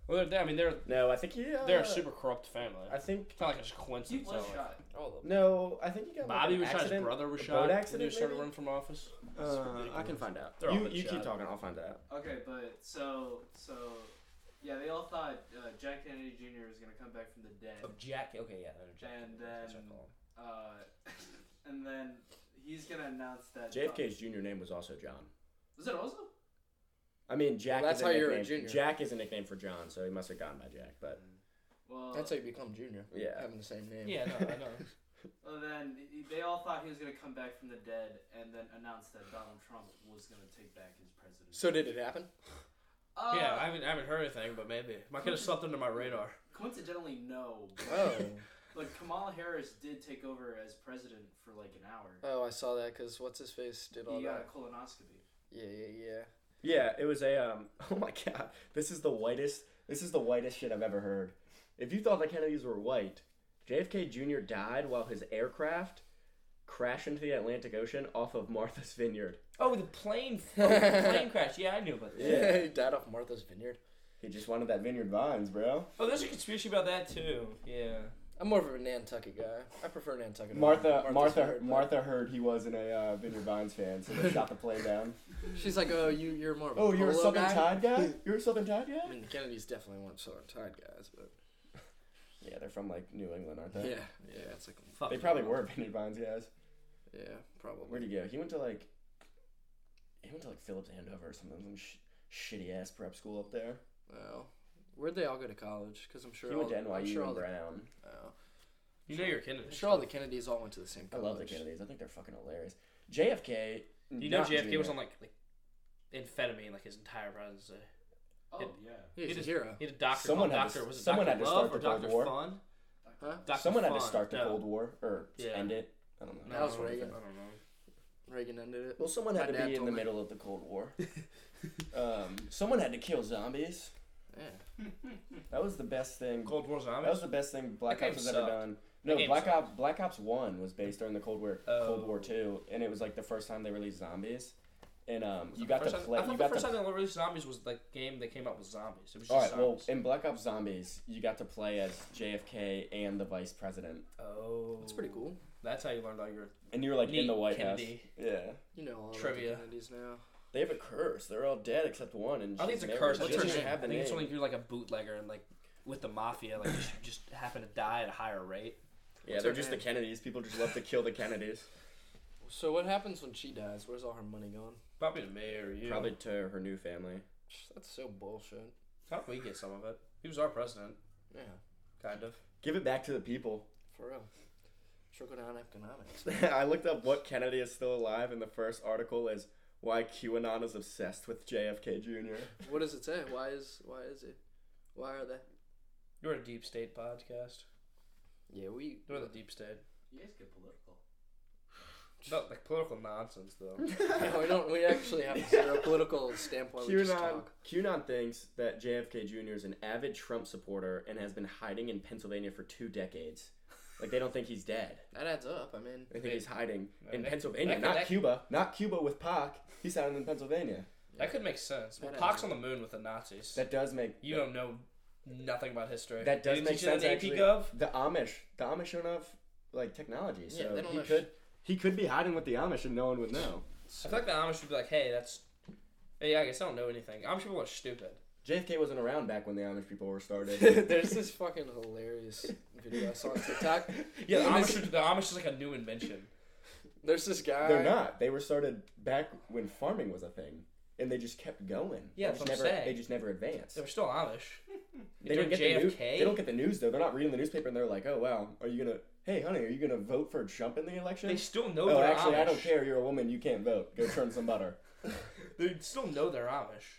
[SPEAKER 3] well, they're, I mean, they're
[SPEAKER 4] No, I think he. Uh,
[SPEAKER 3] they're a super corrupt family.
[SPEAKER 4] I think
[SPEAKER 3] It's not like a
[SPEAKER 1] He
[SPEAKER 3] coincidence.
[SPEAKER 1] was
[SPEAKER 3] though.
[SPEAKER 1] shot.
[SPEAKER 2] All of them.
[SPEAKER 4] no. I think he got. in,
[SPEAKER 3] Bobby
[SPEAKER 4] like,
[SPEAKER 3] was
[SPEAKER 4] an
[SPEAKER 3] shot. His
[SPEAKER 4] accident.
[SPEAKER 3] brother was
[SPEAKER 4] A
[SPEAKER 3] shot.
[SPEAKER 4] boat
[SPEAKER 3] when
[SPEAKER 4] accident,
[SPEAKER 3] He started
[SPEAKER 4] maybe?
[SPEAKER 3] running from office.
[SPEAKER 4] Uh, I can find out.
[SPEAKER 3] They're all
[SPEAKER 4] you
[SPEAKER 3] been
[SPEAKER 4] you keep
[SPEAKER 3] shot.
[SPEAKER 4] talking. I'll find out.
[SPEAKER 1] Okay, but so. So. Yeah, they all thought uh, Jack Kennedy Jr. was going to come back from the dead.
[SPEAKER 2] Oh.
[SPEAKER 3] Of Jack. Okay, yeah, they're Jack.
[SPEAKER 1] And
[SPEAKER 3] That's
[SPEAKER 1] then-
[SPEAKER 3] what I call him.
[SPEAKER 1] Uh, <laughs> and then he's going to announce that.
[SPEAKER 4] JFK's junior name was also John.
[SPEAKER 1] Was it also?
[SPEAKER 4] I mean, Jack.
[SPEAKER 2] Well, that's
[SPEAKER 4] is a
[SPEAKER 2] how
[SPEAKER 4] nickname.
[SPEAKER 2] you're a junior.
[SPEAKER 4] Jack is a nickname for John, so he must have gone by Jack. But
[SPEAKER 1] Well,
[SPEAKER 2] Uh, That's how you become junior.
[SPEAKER 4] yeah,
[SPEAKER 2] Having the same name.
[SPEAKER 3] yeah, no, I know.
[SPEAKER 1] well, then he- they all thought he was going to come back from the dead and then announce that Donald Trump was going to take back his presidency.
[SPEAKER 2] So did it happen?
[SPEAKER 1] uh,
[SPEAKER 3] yeah, I haven't, I haven't heard anything, but maybe I could have slept under my radar.
[SPEAKER 1] Coincidentally, no.
[SPEAKER 2] Oh.
[SPEAKER 1] But Kamala Harris did take over as president for like an hour.
[SPEAKER 2] <laughs> oh, I saw that because what's his face did all
[SPEAKER 1] He got a
[SPEAKER 2] that.
[SPEAKER 1] colonoscopy.
[SPEAKER 2] Yeah, yeah, yeah.
[SPEAKER 4] yeah. It was a. Um, <laughs> oh my God, this is the whitest. This is the whitest shit I've ever heard. If you thought the Kennedys were white, JFK Jr. died while his aircraft crashed into the Atlantic Ocean off of Martha's Vineyard.
[SPEAKER 3] Oh, the <laughs> plane, oh, the plane crash. Yeah, I knew about that.
[SPEAKER 2] <laughs>
[SPEAKER 4] Yeah.
[SPEAKER 2] he died off Martha's Vineyard.
[SPEAKER 4] He just wanted that vineyard vines, bro.
[SPEAKER 3] Oh, there's a conspiracy about that too. Yeah.
[SPEAKER 2] I'm more of a Nantucket guy. I prefer Nantucket. over
[SPEAKER 4] Martha,
[SPEAKER 2] Martha's
[SPEAKER 4] Martha,
[SPEAKER 2] Vineyard, but-
[SPEAKER 4] Martha heard he wasn't a uh, Vineyard Vines fan, so <laughs> they shot the plane down.
[SPEAKER 2] She's like, oh, you, you're more of a
[SPEAKER 4] Oh, you're a
[SPEAKER 2] polo
[SPEAKER 4] Southern
[SPEAKER 2] guy? <laughs>
[SPEAKER 4] Tide guy? You're a Southern Tide
[SPEAKER 2] I
[SPEAKER 4] guy?
[SPEAKER 2] mean, the Kennedys definitely weren't Southern Tide guys, but
[SPEAKER 4] Yeah, they're from like New England, aren't they?
[SPEAKER 2] yeah, yeah, it's like,
[SPEAKER 3] Fuck.
[SPEAKER 4] They probably were Vineyard Vines guys.
[SPEAKER 2] yeah, probably.
[SPEAKER 4] Where'd he go? He went to like, he went to like Phillips Andover or something, some sh- shitty ass prep school up there.
[SPEAKER 2] Well, where'd they all go to college? Because I'm sure
[SPEAKER 4] he
[SPEAKER 2] all,
[SPEAKER 4] went to NYU
[SPEAKER 2] I'm sure all
[SPEAKER 4] and
[SPEAKER 2] the,
[SPEAKER 4] Brown.
[SPEAKER 2] oh.
[SPEAKER 3] You know you're kidding.
[SPEAKER 2] I'm sure all the Kennedys all went to the same
[SPEAKER 4] I
[SPEAKER 2] college.
[SPEAKER 4] love the Kennedys. I think they're fucking hilarious. JFK.
[SPEAKER 3] You know
[SPEAKER 4] not
[SPEAKER 3] JFK was
[SPEAKER 4] Jr.
[SPEAKER 3] on like like amphetamine like his entire presidency.
[SPEAKER 1] Oh
[SPEAKER 3] It-
[SPEAKER 1] yeah.
[SPEAKER 2] He's
[SPEAKER 3] He
[SPEAKER 2] a
[SPEAKER 3] just-
[SPEAKER 2] hero.
[SPEAKER 3] He had a doctor.
[SPEAKER 4] Someone
[SPEAKER 3] called
[SPEAKER 4] had to-
[SPEAKER 3] doctor was it
[SPEAKER 4] someone
[SPEAKER 3] Doctor
[SPEAKER 4] had to start
[SPEAKER 3] Love or
[SPEAKER 4] the Cold
[SPEAKER 3] Doctor
[SPEAKER 4] War.
[SPEAKER 3] Fun?
[SPEAKER 2] Huh?
[SPEAKER 3] Doctor
[SPEAKER 4] Someone had to
[SPEAKER 3] Fun,
[SPEAKER 4] start the
[SPEAKER 3] no.
[SPEAKER 4] Cold War or
[SPEAKER 3] Yeah.
[SPEAKER 4] end it. I don't know.
[SPEAKER 3] No,
[SPEAKER 2] That was
[SPEAKER 3] I don't
[SPEAKER 2] Reagan.
[SPEAKER 3] think- I don't know.
[SPEAKER 2] Reagan ended it.
[SPEAKER 4] Well, someone
[SPEAKER 2] My
[SPEAKER 4] had to
[SPEAKER 2] dad
[SPEAKER 4] be in
[SPEAKER 2] told
[SPEAKER 4] the
[SPEAKER 2] me.
[SPEAKER 4] middle of the Cold
[SPEAKER 3] <laughs>
[SPEAKER 4] War. um, someone had to kill zombies.
[SPEAKER 2] Yeah.
[SPEAKER 4] That was the best thing.
[SPEAKER 3] Cold War
[SPEAKER 4] That
[SPEAKER 3] zombies.
[SPEAKER 4] was the best thing Black
[SPEAKER 3] That
[SPEAKER 4] Ops
[SPEAKER 3] game
[SPEAKER 4] has ever
[SPEAKER 3] sucked.
[SPEAKER 4] done. No,
[SPEAKER 3] game
[SPEAKER 4] Black Ops Black Ops One was based during the Cold War Cold
[SPEAKER 3] Oh.
[SPEAKER 4] War Two, and it was like the first time they released zombies. And um,
[SPEAKER 3] Was
[SPEAKER 4] you
[SPEAKER 3] it
[SPEAKER 4] got
[SPEAKER 3] the
[SPEAKER 4] to
[SPEAKER 3] first time-
[SPEAKER 4] play.
[SPEAKER 3] I thought
[SPEAKER 4] You
[SPEAKER 3] the
[SPEAKER 4] got
[SPEAKER 3] first
[SPEAKER 4] to.
[SPEAKER 3] time they released zombies was the game they came out with zombies. It was just
[SPEAKER 4] All right. Well,
[SPEAKER 3] zombies.
[SPEAKER 4] in Black Ops Zombies, you got to play as JFK and the Vice President,
[SPEAKER 3] oh,
[SPEAKER 2] That's pretty cool.
[SPEAKER 3] That's how you learned all your
[SPEAKER 4] and you were like in
[SPEAKER 3] Neat
[SPEAKER 4] the White House.
[SPEAKER 3] Kennedy.
[SPEAKER 4] Yeah.
[SPEAKER 2] You know all
[SPEAKER 3] Trivia.
[SPEAKER 2] about the Kennedys now.
[SPEAKER 4] They have a curse. They're all dead except one. And
[SPEAKER 3] I think it's
[SPEAKER 4] she's
[SPEAKER 3] a
[SPEAKER 4] married.
[SPEAKER 3] curse. I
[SPEAKER 2] What's
[SPEAKER 3] think
[SPEAKER 2] her
[SPEAKER 3] it's-
[SPEAKER 2] name?
[SPEAKER 4] Have the
[SPEAKER 3] I think it's
[SPEAKER 4] name.
[SPEAKER 3] only if you're like a bootlegger and like with the mafia, like just, you just happen to die at a higher rate.
[SPEAKER 4] Yeah,
[SPEAKER 2] What's
[SPEAKER 4] they're
[SPEAKER 2] her
[SPEAKER 4] just
[SPEAKER 2] name?
[SPEAKER 4] <laughs> the Kennedys. People just love to kill the Kennedys.
[SPEAKER 2] So what happens when she dies? Where's all her money going?
[SPEAKER 3] Probably to me or you.
[SPEAKER 4] Probably to her new family.
[SPEAKER 2] That's so bullshit.
[SPEAKER 3] How do we get some of it? He was our president,
[SPEAKER 2] Yeah,
[SPEAKER 3] kind of.
[SPEAKER 4] Give it back to the people.
[SPEAKER 2] for real. Trickle down economics. <laughs>
[SPEAKER 4] <laughs> I looked up what Kennedy is still alive, and the first article is why QAnon is obsessed with JFK Jr.
[SPEAKER 2] what does it say? Why is why is it? Why are they?
[SPEAKER 3] You're a deep state podcast.
[SPEAKER 2] Yeah, we.
[SPEAKER 3] You're the deep state.
[SPEAKER 1] You guys get political.
[SPEAKER 3] Not like political nonsense <laughs> though.
[SPEAKER 2] Yeah, <laughs> we don't. We actually have <laughs> zero political standpoint. We just
[SPEAKER 4] QAnon,
[SPEAKER 2] talk.
[SPEAKER 4] QAnon thinks that JFK Jr. is an avid Trump supporter and has been hiding in Pennsylvania for two decades. Like they don't think he's dead.
[SPEAKER 2] That adds up. I mean,
[SPEAKER 4] They think he's hiding in
[SPEAKER 3] That-
[SPEAKER 4] Pennsylvania,
[SPEAKER 3] that-
[SPEAKER 4] not
[SPEAKER 3] that-
[SPEAKER 4] Cuba, not Cuba with Pac. He's hiding in Pennsylvania.
[SPEAKER 3] That could make sense. Well,
[SPEAKER 2] That
[SPEAKER 3] Pox
[SPEAKER 2] is-
[SPEAKER 3] on the moon with the Nazis.
[SPEAKER 4] That does make
[SPEAKER 3] you don't know nothing about history.
[SPEAKER 4] that does
[SPEAKER 3] Did
[SPEAKER 4] make
[SPEAKER 3] you teach
[SPEAKER 4] sense.
[SPEAKER 3] it in
[SPEAKER 4] Actually,
[SPEAKER 3] AP Gov?
[SPEAKER 4] the Amish, the Amish don't have like technology, so
[SPEAKER 2] Yeah, they don't
[SPEAKER 4] he
[SPEAKER 2] have
[SPEAKER 4] could he could be hiding with the Amish and no one would know.
[SPEAKER 3] I feel like the Amish would be like, "Hey, that's hey, I guess I don't know anything. Amish people are stupid."
[SPEAKER 4] JFK wasn't around back when the Amish people were <laughs> started.
[SPEAKER 2] <laughs> there's this fucking hilarious video I saw on
[SPEAKER 4] <laughs>
[SPEAKER 2] TikTok.
[SPEAKER 3] Yeah, the
[SPEAKER 2] And
[SPEAKER 3] Amish,
[SPEAKER 2] this-
[SPEAKER 3] the Amish is like a new invention.
[SPEAKER 2] There's this guy.
[SPEAKER 4] They're not. They were started back when farming was a thing, and they just kept going.
[SPEAKER 3] Yeah, that's
[SPEAKER 4] they just
[SPEAKER 3] what I'm
[SPEAKER 4] never,
[SPEAKER 3] saying.
[SPEAKER 4] They just never advanced.
[SPEAKER 3] They're still
[SPEAKER 4] <laughs>
[SPEAKER 3] Amish.
[SPEAKER 4] They don't get
[SPEAKER 3] JFK.
[SPEAKER 4] the news. They don't get the news though. They're not reading the newspaper, and they're like, "Oh wow, are you gonna? Hey, honey, are you gonna vote for Trump in the election?
[SPEAKER 3] They still know
[SPEAKER 4] oh,
[SPEAKER 3] they're
[SPEAKER 4] actually,
[SPEAKER 3] Amish.
[SPEAKER 4] I don't care. You're a woman. You can't vote. Go turn some butter."
[SPEAKER 3] They still know they're Amish.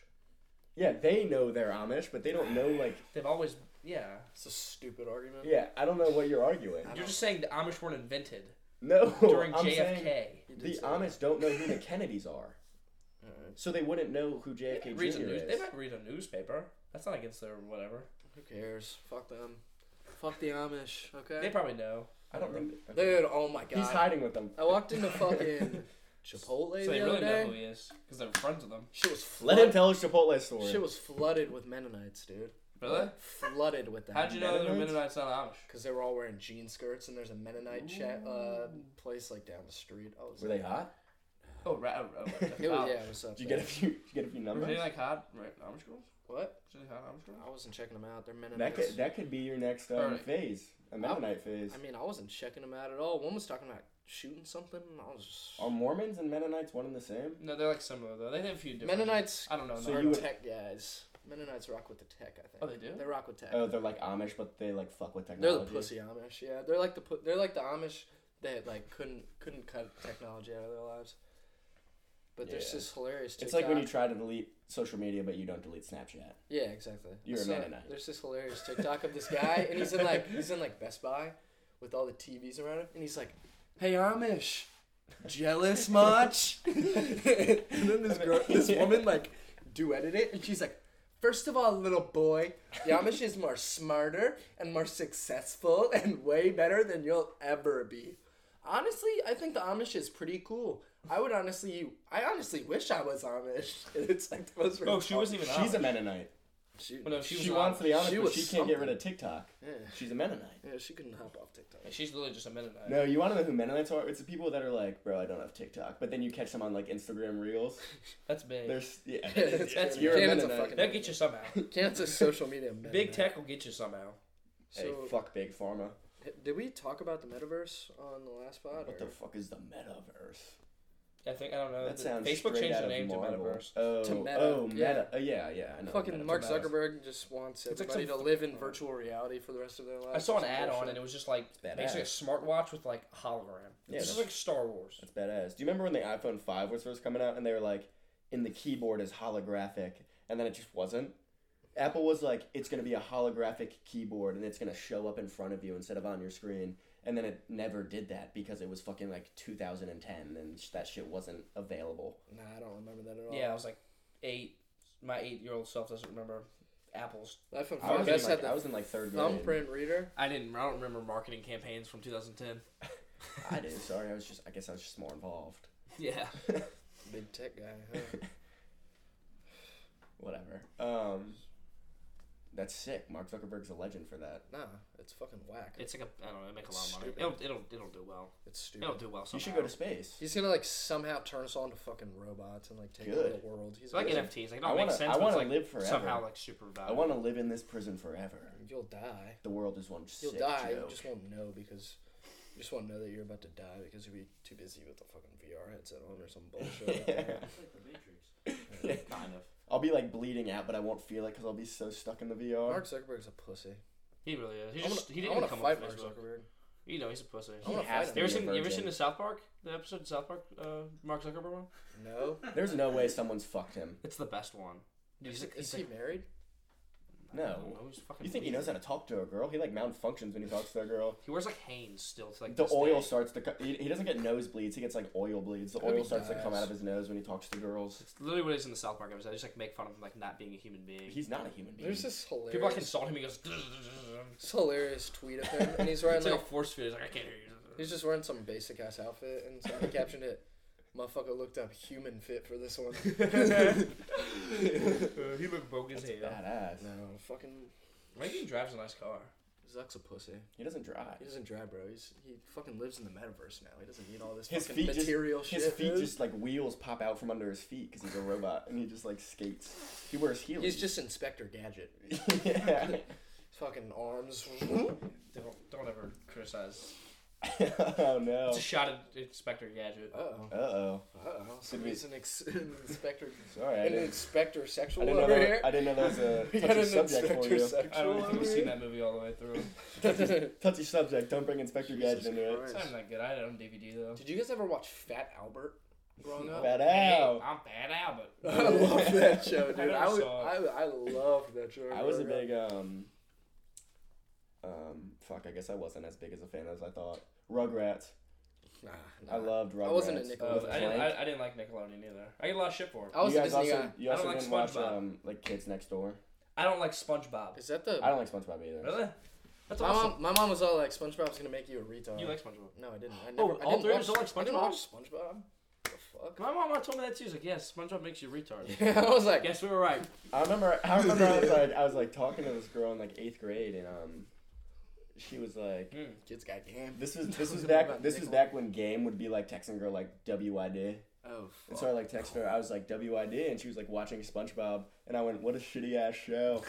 [SPEAKER 4] Yeah, they know they're Amish, but they don't know like.
[SPEAKER 3] They've always yeah.
[SPEAKER 2] It's a stupid argument.
[SPEAKER 4] Yeah, I don't know what
[SPEAKER 2] <laughs>
[SPEAKER 4] you're arguing.
[SPEAKER 2] I
[SPEAKER 3] You're
[SPEAKER 2] don't-
[SPEAKER 3] just saying the Amish weren't
[SPEAKER 4] <laughs>
[SPEAKER 3] invented
[SPEAKER 4] No,
[SPEAKER 3] during
[SPEAKER 4] I'm
[SPEAKER 3] JFK.
[SPEAKER 4] saying
[SPEAKER 2] You did
[SPEAKER 4] the
[SPEAKER 2] say
[SPEAKER 4] Amish don't
[SPEAKER 2] <laughs>
[SPEAKER 4] know who the Kennedys are,
[SPEAKER 2] that. Alright,
[SPEAKER 4] so they wouldn't know who
[SPEAKER 3] They,
[SPEAKER 4] JFK
[SPEAKER 3] might
[SPEAKER 4] Jr.
[SPEAKER 3] read a
[SPEAKER 4] is.
[SPEAKER 3] news, they might read a newspaper. That's not against their whatever.
[SPEAKER 2] Who cares? Fuck them. Fuck the Amish.
[SPEAKER 3] They
[SPEAKER 2] Okay.
[SPEAKER 3] probably know.
[SPEAKER 4] I don't think. okay.
[SPEAKER 2] Dude, oh my god.
[SPEAKER 4] He's hiding with them.
[SPEAKER 2] I walked into fucking Chipotle
[SPEAKER 3] So
[SPEAKER 2] the
[SPEAKER 3] they
[SPEAKER 2] other
[SPEAKER 3] really know who
[SPEAKER 2] day.
[SPEAKER 3] he is because they're friends with him.
[SPEAKER 2] Shit was
[SPEAKER 4] <laughs> Let him
[SPEAKER 2] flooded.
[SPEAKER 4] tell his Chipotle story.
[SPEAKER 2] Shit was flooded with Mennonites, dude.
[SPEAKER 3] Really?
[SPEAKER 2] Flooded with them.
[SPEAKER 3] How'd you know they're Mennonites
[SPEAKER 4] Mennonites?
[SPEAKER 3] not Amish?
[SPEAKER 2] Because they were all wearing jean skirts, and there's a Mennonite chat uh, place like down the street. I was
[SPEAKER 4] Were
[SPEAKER 2] like,
[SPEAKER 4] they hot?
[SPEAKER 3] Oh, right. <laughs> Oh, right, right.
[SPEAKER 2] It was,
[SPEAKER 3] Wow.
[SPEAKER 2] yeah, it was up
[SPEAKER 4] Did you get a
[SPEAKER 2] there.
[SPEAKER 4] few? Did you get a few
[SPEAKER 3] Were
[SPEAKER 4] numbers?
[SPEAKER 3] they like hot right, Amish girls?
[SPEAKER 2] What?
[SPEAKER 3] Were they hot Amish girls?
[SPEAKER 2] I wasn't checking them out. They're
[SPEAKER 4] That
[SPEAKER 2] Mennonites.
[SPEAKER 4] could that could be your next um,
[SPEAKER 3] Alright.
[SPEAKER 4] phase, a Mennonite phase.
[SPEAKER 2] I mean, I wasn't checking them out at all. One was talking about shooting something. and I was just...
[SPEAKER 4] Are Mormons and Mennonites one and the same?
[SPEAKER 3] No, they're like similar though. They have a few different.
[SPEAKER 2] Mennonites
[SPEAKER 3] I don't know.
[SPEAKER 4] So
[SPEAKER 3] no.
[SPEAKER 2] are
[SPEAKER 4] you would-
[SPEAKER 2] tech guys. Mennonites rock with the tech, I think.
[SPEAKER 3] Oh, they do?
[SPEAKER 2] They rock with tech.
[SPEAKER 4] Oh, they're like Amish, but they like fuck with
[SPEAKER 2] they're
[SPEAKER 4] technology.
[SPEAKER 2] the pussy Amish. Yeah, they're like the pu- they're like the Amish that like couldn't couldn't cut technology out of their lives. But there's
[SPEAKER 4] Yeah.
[SPEAKER 2] this hilarious.
[SPEAKER 4] It's like when you
[SPEAKER 2] TikTok-
[SPEAKER 4] try to delete social media, but you don't delete Snapchat.
[SPEAKER 2] Yeah, exactly.
[SPEAKER 4] You're a
[SPEAKER 2] So,
[SPEAKER 4] Mennonite.
[SPEAKER 2] There's this hilarious TikTok of this guy, and he's in like he's in like Best Buy with all the TVs around him, and he's like, "Hey Amish, <laughs> jealous much?" and then this girl, this woman like duetted it, and she's like. First of all, little boy, the Amish is more smarter and more successful and way better than you'll ever be. Honestly, I think the Amish is pretty cool. I would honestly, I honestly wish I was Amish. <laughs> It's like the most.
[SPEAKER 3] Oh, she wasn't even.
[SPEAKER 4] She's a
[SPEAKER 3] Amish.
[SPEAKER 4] Mennonite.
[SPEAKER 2] She-
[SPEAKER 3] Well, no, she,
[SPEAKER 4] She,
[SPEAKER 3] was
[SPEAKER 4] wants
[SPEAKER 3] Amish.
[SPEAKER 4] to be Amish,
[SPEAKER 2] She
[SPEAKER 4] but
[SPEAKER 2] was
[SPEAKER 4] she can't get rid of TikTok.
[SPEAKER 2] Yeah.
[SPEAKER 4] She's a Mennonite.
[SPEAKER 2] Yeah, she couldn't hop off TikTok.
[SPEAKER 4] <laughs>
[SPEAKER 3] She's literally just a Mennonite.
[SPEAKER 4] No, you want to know who Mennonites are? It's the people that are like, bro, I don't have TikTok, but then you catch them on like Instagram Reels.
[SPEAKER 3] That's big.
[SPEAKER 4] There's yeah,
[SPEAKER 2] That's
[SPEAKER 3] That's-
[SPEAKER 4] you're a
[SPEAKER 2] Cannon's a
[SPEAKER 4] Mennonite.
[SPEAKER 2] fucking-
[SPEAKER 3] They'll get you
[SPEAKER 4] <laughs>
[SPEAKER 3] somehow.
[SPEAKER 2] Can't say social media. Meta.
[SPEAKER 3] Big tech will get you somehow.
[SPEAKER 4] hey,
[SPEAKER 2] So,
[SPEAKER 4] fuck big pharma.
[SPEAKER 2] did we talk about the metaverse on the last pod?
[SPEAKER 4] What
[SPEAKER 2] or-
[SPEAKER 4] the fuck is the metaverse?
[SPEAKER 3] I think I don't know. Uh,
[SPEAKER 4] That
[SPEAKER 3] The-
[SPEAKER 4] sounds
[SPEAKER 3] Facebook
[SPEAKER 4] straight
[SPEAKER 3] changed
[SPEAKER 4] out
[SPEAKER 3] the
[SPEAKER 4] of
[SPEAKER 3] name to
[SPEAKER 4] Marvel.
[SPEAKER 3] Metaverse.
[SPEAKER 4] Oh,
[SPEAKER 2] To Meta,
[SPEAKER 4] oh,
[SPEAKER 2] yeah.
[SPEAKER 4] Meta. Uh, yeah, yeah, I know.
[SPEAKER 2] Fucking
[SPEAKER 4] Meta.
[SPEAKER 2] Mark
[SPEAKER 3] metaverse.
[SPEAKER 2] Zuckerberg just wants
[SPEAKER 3] It's like
[SPEAKER 2] everybody
[SPEAKER 3] some
[SPEAKER 2] to live in
[SPEAKER 3] fucking-
[SPEAKER 2] virtual reality for the rest of their lives.
[SPEAKER 3] I saw an
[SPEAKER 2] Some
[SPEAKER 3] ad on
[SPEAKER 2] bullshit.
[SPEAKER 3] it. It was just like
[SPEAKER 4] Badass.
[SPEAKER 3] basically a smartwatch with like a hologram.
[SPEAKER 4] Yeah,
[SPEAKER 3] this is
[SPEAKER 4] that's-
[SPEAKER 3] like Star Wars.
[SPEAKER 4] That's badass. Do you remember when the iPhone 5 was first coming out and they were like, in the keyboard is holographic, and then it just wasn't? Apple was like, it's going to be a holographic keyboard and it's going to show up in front of you instead of on your screen. And then it never did that because it was fucking like 2010 and sh- that shit wasn't available.
[SPEAKER 2] Nah, I don't remember that at all.
[SPEAKER 3] Yeah, I was like eight. My eight-year-old self doesn't remember Apple's.
[SPEAKER 2] The iPhone
[SPEAKER 4] I was,
[SPEAKER 2] 5
[SPEAKER 4] in
[SPEAKER 2] S
[SPEAKER 4] like,
[SPEAKER 2] had
[SPEAKER 4] I
[SPEAKER 2] the
[SPEAKER 4] was in like third grade.
[SPEAKER 2] thumbprint reader.
[SPEAKER 3] I didn't. I don't remember marketing campaigns from 2010.
[SPEAKER 4] I did. Sorry, I was just, I guess I was just more involved.
[SPEAKER 3] <laughs> Yeah.
[SPEAKER 2] Big tech guy. Huh?
[SPEAKER 4] Whatever. Um, that's sick. Mark Zuckerberg's a legend for that.
[SPEAKER 2] <laughs> nah, it's fucking whack.
[SPEAKER 3] It's like a I don't know, make a lot of money.
[SPEAKER 2] Stupid.
[SPEAKER 3] It'll it'll it'll do well.
[SPEAKER 2] It's
[SPEAKER 3] It'll
[SPEAKER 2] stupid.
[SPEAKER 3] do well
[SPEAKER 4] You
[SPEAKER 3] somehow.
[SPEAKER 4] should go to space.
[SPEAKER 2] He's gonna like somehow turn us all into fucking robots and like take over
[SPEAKER 4] Good.
[SPEAKER 2] the world. He's
[SPEAKER 3] It's like
[SPEAKER 2] amazing.
[SPEAKER 3] NFTs. Like it
[SPEAKER 4] I
[SPEAKER 3] don't make
[SPEAKER 4] wanna-
[SPEAKER 3] sense.
[SPEAKER 4] I
[SPEAKER 3] but
[SPEAKER 4] wanna
[SPEAKER 3] it's like
[SPEAKER 4] live forever.
[SPEAKER 3] Somehow like super
[SPEAKER 4] I
[SPEAKER 3] valuable.
[SPEAKER 4] want to live in this prison forever.
[SPEAKER 2] You'll die.
[SPEAKER 4] The world is one
[SPEAKER 2] You'll
[SPEAKER 4] sick
[SPEAKER 2] die.
[SPEAKER 4] <laughs> joke.
[SPEAKER 2] You just won't know because just want to know that you're about to die because you'll be too busy with the fucking VR headset on or some
[SPEAKER 4] <laughs>
[SPEAKER 2] bullshit.
[SPEAKER 1] It's like the
[SPEAKER 2] <laughs>
[SPEAKER 1] Matrix.
[SPEAKER 5] kind of.
[SPEAKER 4] I'll be like bleeding out, but I won't feel it because I'll be so stuck in the VR.
[SPEAKER 2] Mark Zuckerberg's a pussy.
[SPEAKER 3] He really is. He
[SPEAKER 2] I wanna-
[SPEAKER 3] just he
[SPEAKER 2] I
[SPEAKER 3] didn't
[SPEAKER 2] wanna
[SPEAKER 3] even come
[SPEAKER 2] fight
[SPEAKER 3] up
[SPEAKER 2] Mark
[SPEAKER 3] with Facebook.
[SPEAKER 2] Zuckerberg.
[SPEAKER 3] You know he's a pussy.
[SPEAKER 2] I
[SPEAKER 4] He
[SPEAKER 2] wanna
[SPEAKER 4] has
[SPEAKER 2] fight
[SPEAKER 4] to
[SPEAKER 3] You ever
[SPEAKER 4] be a
[SPEAKER 3] seen you ever
[SPEAKER 4] virgin.
[SPEAKER 3] seen the South Park the episode of South Park uh, Mark Zuckerberg one?
[SPEAKER 4] <laughs>
[SPEAKER 2] No.
[SPEAKER 4] There's no way someone's fucked him.
[SPEAKER 3] It's the best one. Dude,
[SPEAKER 2] Is,
[SPEAKER 3] he's like-
[SPEAKER 2] is
[SPEAKER 3] he's
[SPEAKER 2] he
[SPEAKER 3] like-
[SPEAKER 2] married?
[SPEAKER 4] No.
[SPEAKER 3] I don't know, he's fucking
[SPEAKER 4] You think he
[SPEAKER 3] weird.
[SPEAKER 4] knows how to talk to a girl? He like malfunctions when he talks to a girl.
[SPEAKER 3] He wears like Hanes still. To, like
[SPEAKER 4] The
[SPEAKER 3] this
[SPEAKER 4] oil
[SPEAKER 3] day.
[SPEAKER 4] starts to. Co- he, he doesn't get nosebleeds. He gets like oil bleeds. The
[SPEAKER 2] That'd
[SPEAKER 4] oil
[SPEAKER 2] be
[SPEAKER 4] starts to come
[SPEAKER 2] nice.
[SPEAKER 4] out of his nose when he talks to girls.
[SPEAKER 3] It's literally what it is in the South Park episode. They just like make fun of him like not being a human being.
[SPEAKER 4] He's not a human being.
[SPEAKER 2] There's this hilarious,
[SPEAKER 3] People like insult him. He goes.
[SPEAKER 2] this hilarious tweet of him, and he's wearing
[SPEAKER 3] It's like a
[SPEAKER 2] like
[SPEAKER 3] force field. He's like I can't hear
[SPEAKER 4] <laughs>
[SPEAKER 3] you.
[SPEAKER 2] he's
[SPEAKER 3] <laughs>
[SPEAKER 2] just wearing some basic ass outfit, and somebody captioned it. Motherfucker looked up human fit for this one.
[SPEAKER 3] Uh, he looked broke as hell.
[SPEAKER 4] Badass.
[SPEAKER 2] No, fucking
[SPEAKER 3] Lincoln drives a nice car.
[SPEAKER 2] Zuck's a pussy.
[SPEAKER 4] He doesn't drive.
[SPEAKER 2] He doesn't drive, bro. He's, he fucking lives in the metaverse now. He doesn't need all this
[SPEAKER 4] His
[SPEAKER 2] fucking
[SPEAKER 4] feet just-
[SPEAKER 2] material shit.
[SPEAKER 4] His feet
[SPEAKER 2] dude.
[SPEAKER 4] just like wheels pop out from under his feet because he's a robot and he just like skates. He wears heels.
[SPEAKER 2] He's just Inspector Gadget.
[SPEAKER 4] yeah. <laughs>
[SPEAKER 2] Fucking arms.
[SPEAKER 3] Don't don't ever criticize.
[SPEAKER 4] oh no.
[SPEAKER 3] It's a shot at Inspector Gadget.
[SPEAKER 2] Uh oh.
[SPEAKER 4] Uh oh.
[SPEAKER 2] Uh oh. Somebody's an, ex- <laughs> an inspector.
[SPEAKER 4] Sorry, I
[SPEAKER 2] An
[SPEAKER 4] didn't.
[SPEAKER 2] inspector
[SPEAKER 4] I
[SPEAKER 2] sexual
[SPEAKER 4] didn't know.
[SPEAKER 2] over here. <laughs>
[SPEAKER 4] That, I didn't know that was a
[SPEAKER 2] We got
[SPEAKER 4] touchy
[SPEAKER 2] an
[SPEAKER 4] subject for
[SPEAKER 2] inspector
[SPEAKER 4] you.
[SPEAKER 3] I
[SPEAKER 2] sexual
[SPEAKER 3] don't think
[SPEAKER 2] over
[SPEAKER 3] we've seen
[SPEAKER 2] here.
[SPEAKER 3] that movie all the way through.
[SPEAKER 4] <laughs> Touchy subject. Don't bring Inspector Gadget
[SPEAKER 2] Jesus
[SPEAKER 4] into it.
[SPEAKER 3] It's not even that good. I had it on DVD though.
[SPEAKER 2] Did you guys ever watch Fat Albert growing up?
[SPEAKER 4] Bad
[SPEAKER 3] Hey,
[SPEAKER 4] out.
[SPEAKER 3] I'm Fat
[SPEAKER 2] <laughs>
[SPEAKER 3] Albert.
[SPEAKER 2] I love
[SPEAKER 4] <laughs>
[SPEAKER 2] that show, dude.
[SPEAKER 3] never
[SPEAKER 2] I, was,
[SPEAKER 3] saw
[SPEAKER 2] I, I loved that show.
[SPEAKER 4] I was a
[SPEAKER 2] growing
[SPEAKER 4] big um. Um. Fuck. I guess I wasn't as big as a fan as I thought. Rugrats.
[SPEAKER 2] up. Nah,
[SPEAKER 4] I
[SPEAKER 2] nah.
[SPEAKER 4] loved Rugrats.
[SPEAKER 2] I wasn't a
[SPEAKER 3] Uh,
[SPEAKER 2] Nickelodeon.
[SPEAKER 3] I, didn't, I, I didn't like Nickelodeon either. I get a lot of shit for it.
[SPEAKER 2] I was
[SPEAKER 4] you
[SPEAKER 2] a
[SPEAKER 4] guys
[SPEAKER 2] Disney
[SPEAKER 4] also,
[SPEAKER 2] guy.
[SPEAKER 4] you
[SPEAKER 3] I
[SPEAKER 4] also
[SPEAKER 3] don't like
[SPEAKER 4] didn't watch
[SPEAKER 3] SpongeBob.
[SPEAKER 4] um, like Kids Next Door.
[SPEAKER 3] I don't like SpongeBob.
[SPEAKER 2] Is that the?
[SPEAKER 4] I don't like SpongeBob either.
[SPEAKER 3] Really? That's
[SPEAKER 2] my
[SPEAKER 3] awesome.
[SPEAKER 2] mom. My mom was all like, "SpongeBob's gonna make you a retard."
[SPEAKER 3] You like SpongeBob?
[SPEAKER 2] No, I didn't. I never,
[SPEAKER 3] Oh,
[SPEAKER 2] I
[SPEAKER 3] all
[SPEAKER 2] didn't
[SPEAKER 3] three of
[SPEAKER 2] watch,
[SPEAKER 3] us don't like
[SPEAKER 2] I didn't
[SPEAKER 3] SpongeBob?
[SPEAKER 2] watch SpongeBob. The fuck?
[SPEAKER 3] My mom told me that too. She's like, yes, SpongeBob makes you a retard.
[SPEAKER 2] <laughs> I was like,
[SPEAKER 3] Guess we were right.
[SPEAKER 4] I remember. I remember. I was like, I was like talking to this girl in like eighth grade, and um, she was like,
[SPEAKER 3] Mm.
[SPEAKER 2] kids got game.
[SPEAKER 4] this
[SPEAKER 3] <laughs>
[SPEAKER 4] was this was back this was back when game would be like texting her like WID,
[SPEAKER 2] Oh
[SPEAKER 4] and
[SPEAKER 2] fuck.
[SPEAKER 4] so I like texted her. I was like WID, and she was like watching SpongeBob, and I went, what a shitty
[SPEAKER 3] <laughs>
[SPEAKER 4] ass show,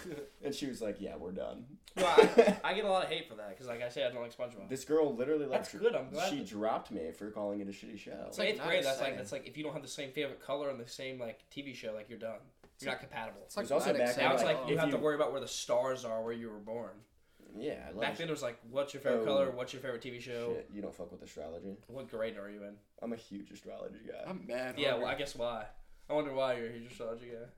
[SPEAKER 4] and she was like, yeah, we're done.
[SPEAKER 3] No, I, I get a lot of hate for that because, like I said, I don't like SpongeBob.
[SPEAKER 4] <laughs> This girl literally like
[SPEAKER 3] That's good, I'm glad
[SPEAKER 4] she
[SPEAKER 3] that-
[SPEAKER 4] dropped me for calling it a shitty show.
[SPEAKER 3] It's like eighth
[SPEAKER 2] Not
[SPEAKER 3] grade. That's like
[SPEAKER 2] exciting.
[SPEAKER 3] that's like if you don't have the same favorite color and the same like TV show, like you're done. You're not compatible.
[SPEAKER 2] It's like
[SPEAKER 4] It was also
[SPEAKER 2] not
[SPEAKER 4] back
[SPEAKER 2] exciting.
[SPEAKER 3] Now it's
[SPEAKER 4] Yeah,
[SPEAKER 3] like
[SPEAKER 4] like,
[SPEAKER 3] you
[SPEAKER 4] if
[SPEAKER 3] have to
[SPEAKER 4] you-
[SPEAKER 3] worry about where the stars are where you were born.
[SPEAKER 4] yeah, I love
[SPEAKER 3] Back then it was like, what's your favorite
[SPEAKER 4] Oh.
[SPEAKER 3] color? What's your favorite TV show?
[SPEAKER 4] shit. You don't fuck with astrology.
[SPEAKER 3] What grade are you in?
[SPEAKER 4] I'm a huge astrology guy.
[SPEAKER 2] I'm mad.
[SPEAKER 3] Yeah,
[SPEAKER 2] hungry.
[SPEAKER 3] well, I guess why. I wonder why you're a huge astrology guy.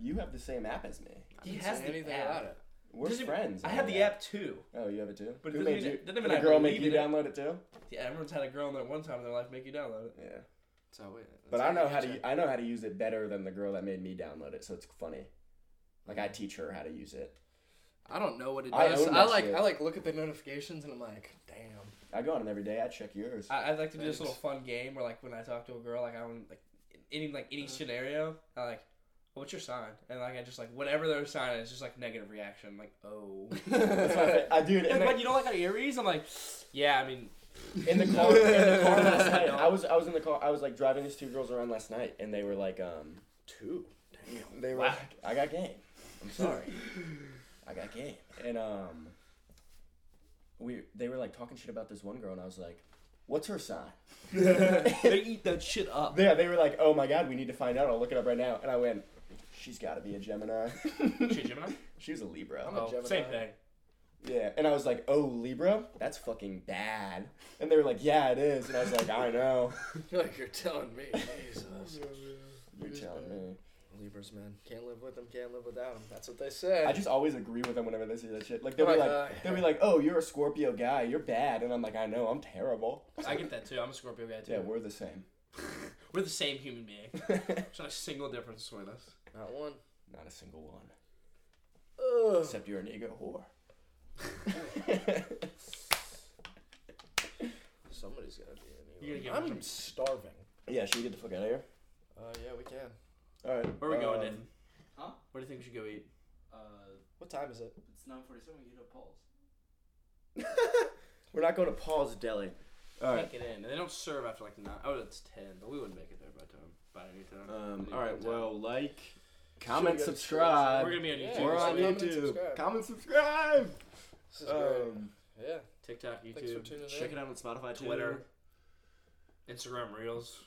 [SPEAKER 4] You have the same app as me.
[SPEAKER 2] I
[SPEAKER 3] He
[SPEAKER 2] didn't
[SPEAKER 3] has
[SPEAKER 2] say
[SPEAKER 3] the
[SPEAKER 2] anything
[SPEAKER 3] app.
[SPEAKER 2] about it.
[SPEAKER 4] We're
[SPEAKER 3] Doesn't-
[SPEAKER 4] friends.
[SPEAKER 3] I
[SPEAKER 4] on
[SPEAKER 3] have the app too.
[SPEAKER 4] Oh, you have it too.
[SPEAKER 3] But it doesn't
[SPEAKER 4] Who made
[SPEAKER 3] mean-
[SPEAKER 4] you?
[SPEAKER 3] it doesn't mean
[SPEAKER 4] did
[SPEAKER 3] I
[SPEAKER 4] a girl make you
[SPEAKER 3] believe in
[SPEAKER 4] download it too?
[SPEAKER 3] Yeah, everyone's had a girl in at one time in their life make you download it.
[SPEAKER 4] Yeah.
[SPEAKER 2] So wait,
[SPEAKER 4] But I know how to.
[SPEAKER 2] that's-
[SPEAKER 4] u- I know how to use it better than the girl that made me download it. So it's funny. Like I teach her how to use it.
[SPEAKER 2] I don't know what it
[SPEAKER 4] I
[SPEAKER 2] does.
[SPEAKER 4] own
[SPEAKER 2] I,
[SPEAKER 4] that
[SPEAKER 2] like.
[SPEAKER 4] shit.
[SPEAKER 2] I like look at the notifications and I'm like, damn.
[SPEAKER 4] <laughs> I go on it every day. I check yours.
[SPEAKER 3] I, I'd like to do this little
[SPEAKER 2] Thanks.
[SPEAKER 3] fun game where, like, when I talk to a girl, like, I want like any like any scenario, I like, what's your sign? And like, I just like whatever their sign is, just like negative reaction, like, oh.
[SPEAKER 4] <laughs> That's my fa- I dude. In
[SPEAKER 3] And
[SPEAKER 4] the,
[SPEAKER 3] like, you don't like an Aries? I'm like, yeah. I mean,
[SPEAKER 4] in
[SPEAKER 2] <laughs>
[SPEAKER 4] the car,
[SPEAKER 3] <laughs>
[SPEAKER 4] in the car last night, I was I was in the car. I was like driving these two girls around last night, and they were like, um,
[SPEAKER 2] Two. Damn.
[SPEAKER 4] they were.
[SPEAKER 3] Wow.
[SPEAKER 4] like, I got game.
[SPEAKER 3] <laughs>
[SPEAKER 4] I'm sorry. I got game. And um, we they were like talking shit about this one girl, and I was like, what's her sign? <laughs>
[SPEAKER 3] they eat that shit up.
[SPEAKER 4] Yeah, they were like, "Oh my god, we need to find out. I'll look it up right now." And I went, "She's got to be a Gemini." <laughs>
[SPEAKER 3] Shit, Gemini.
[SPEAKER 4] she was a Libra.
[SPEAKER 2] I'm a
[SPEAKER 3] Oh,
[SPEAKER 2] Gemini.
[SPEAKER 3] same thing.
[SPEAKER 4] Yeah, and I was like, "Oh, Libra, that's fucking bad." And they were like, "Yeah, it is." And I was like, "I know."
[SPEAKER 2] You're like you're telling
[SPEAKER 4] <laughs>
[SPEAKER 2] me. Jesus.
[SPEAKER 4] You're telling me.
[SPEAKER 2] Libras, man, can't live with them, can't live without them. That's what they say.
[SPEAKER 4] I just always agree with them whenever they say that shit. Like they'll be
[SPEAKER 2] Right,
[SPEAKER 4] like,
[SPEAKER 2] uh,
[SPEAKER 4] they'll be like, "Oh, you're a Scorpio guy. You're bad." And I'm like, "I know. I'm terrible."
[SPEAKER 3] I get that too. I'm a Scorpio guy too.
[SPEAKER 4] Yeah, we're the same. <laughs>
[SPEAKER 3] we're the same human being. There's not a single difference between us.
[SPEAKER 2] not one.
[SPEAKER 4] Not a single one.
[SPEAKER 2] Ugh.
[SPEAKER 4] Except you're an ego whore. <laughs>
[SPEAKER 2] Somebody's gotta be
[SPEAKER 3] You're
[SPEAKER 2] in here.
[SPEAKER 3] gonna get
[SPEAKER 2] I'm
[SPEAKER 3] one.
[SPEAKER 2] starving.
[SPEAKER 4] Yeah, should we get the fuck out of here?
[SPEAKER 2] Uh, yeah, we can.
[SPEAKER 4] All right.
[SPEAKER 3] Where are we going,
[SPEAKER 4] um,
[SPEAKER 3] Nathan?
[SPEAKER 1] Huh?
[SPEAKER 3] What do you think we should go eat?
[SPEAKER 1] Uh,
[SPEAKER 2] What time is it?
[SPEAKER 1] it's 9:47. We hit up Paul's.
[SPEAKER 4] We're not going to Paul's Deli. All right.
[SPEAKER 3] Make it in. And they don't serve after like nine. Oh, it's ten. But we wouldn't make it there by time. By any time.
[SPEAKER 4] Um,
[SPEAKER 3] Any
[SPEAKER 4] all right.
[SPEAKER 3] time.
[SPEAKER 4] Well, like,
[SPEAKER 2] Should've
[SPEAKER 4] comment,
[SPEAKER 2] got a
[SPEAKER 3] we're
[SPEAKER 4] subscribe.
[SPEAKER 3] gonna be on
[SPEAKER 2] Yeah,
[SPEAKER 3] YouTube.
[SPEAKER 4] Uh, We're
[SPEAKER 2] Just
[SPEAKER 4] on
[SPEAKER 2] comment and
[SPEAKER 4] YouTube.
[SPEAKER 2] subscribe.
[SPEAKER 4] Comment, subscribe.
[SPEAKER 2] This is great.
[SPEAKER 4] Um,
[SPEAKER 2] Yeah.
[SPEAKER 3] TikTok,
[SPEAKER 2] Thanks for
[SPEAKER 3] YouTube,
[SPEAKER 2] tuning in.
[SPEAKER 4] Check it out on Spotify, too.
[SPEAKER 3] Twitter, Instagram Reels.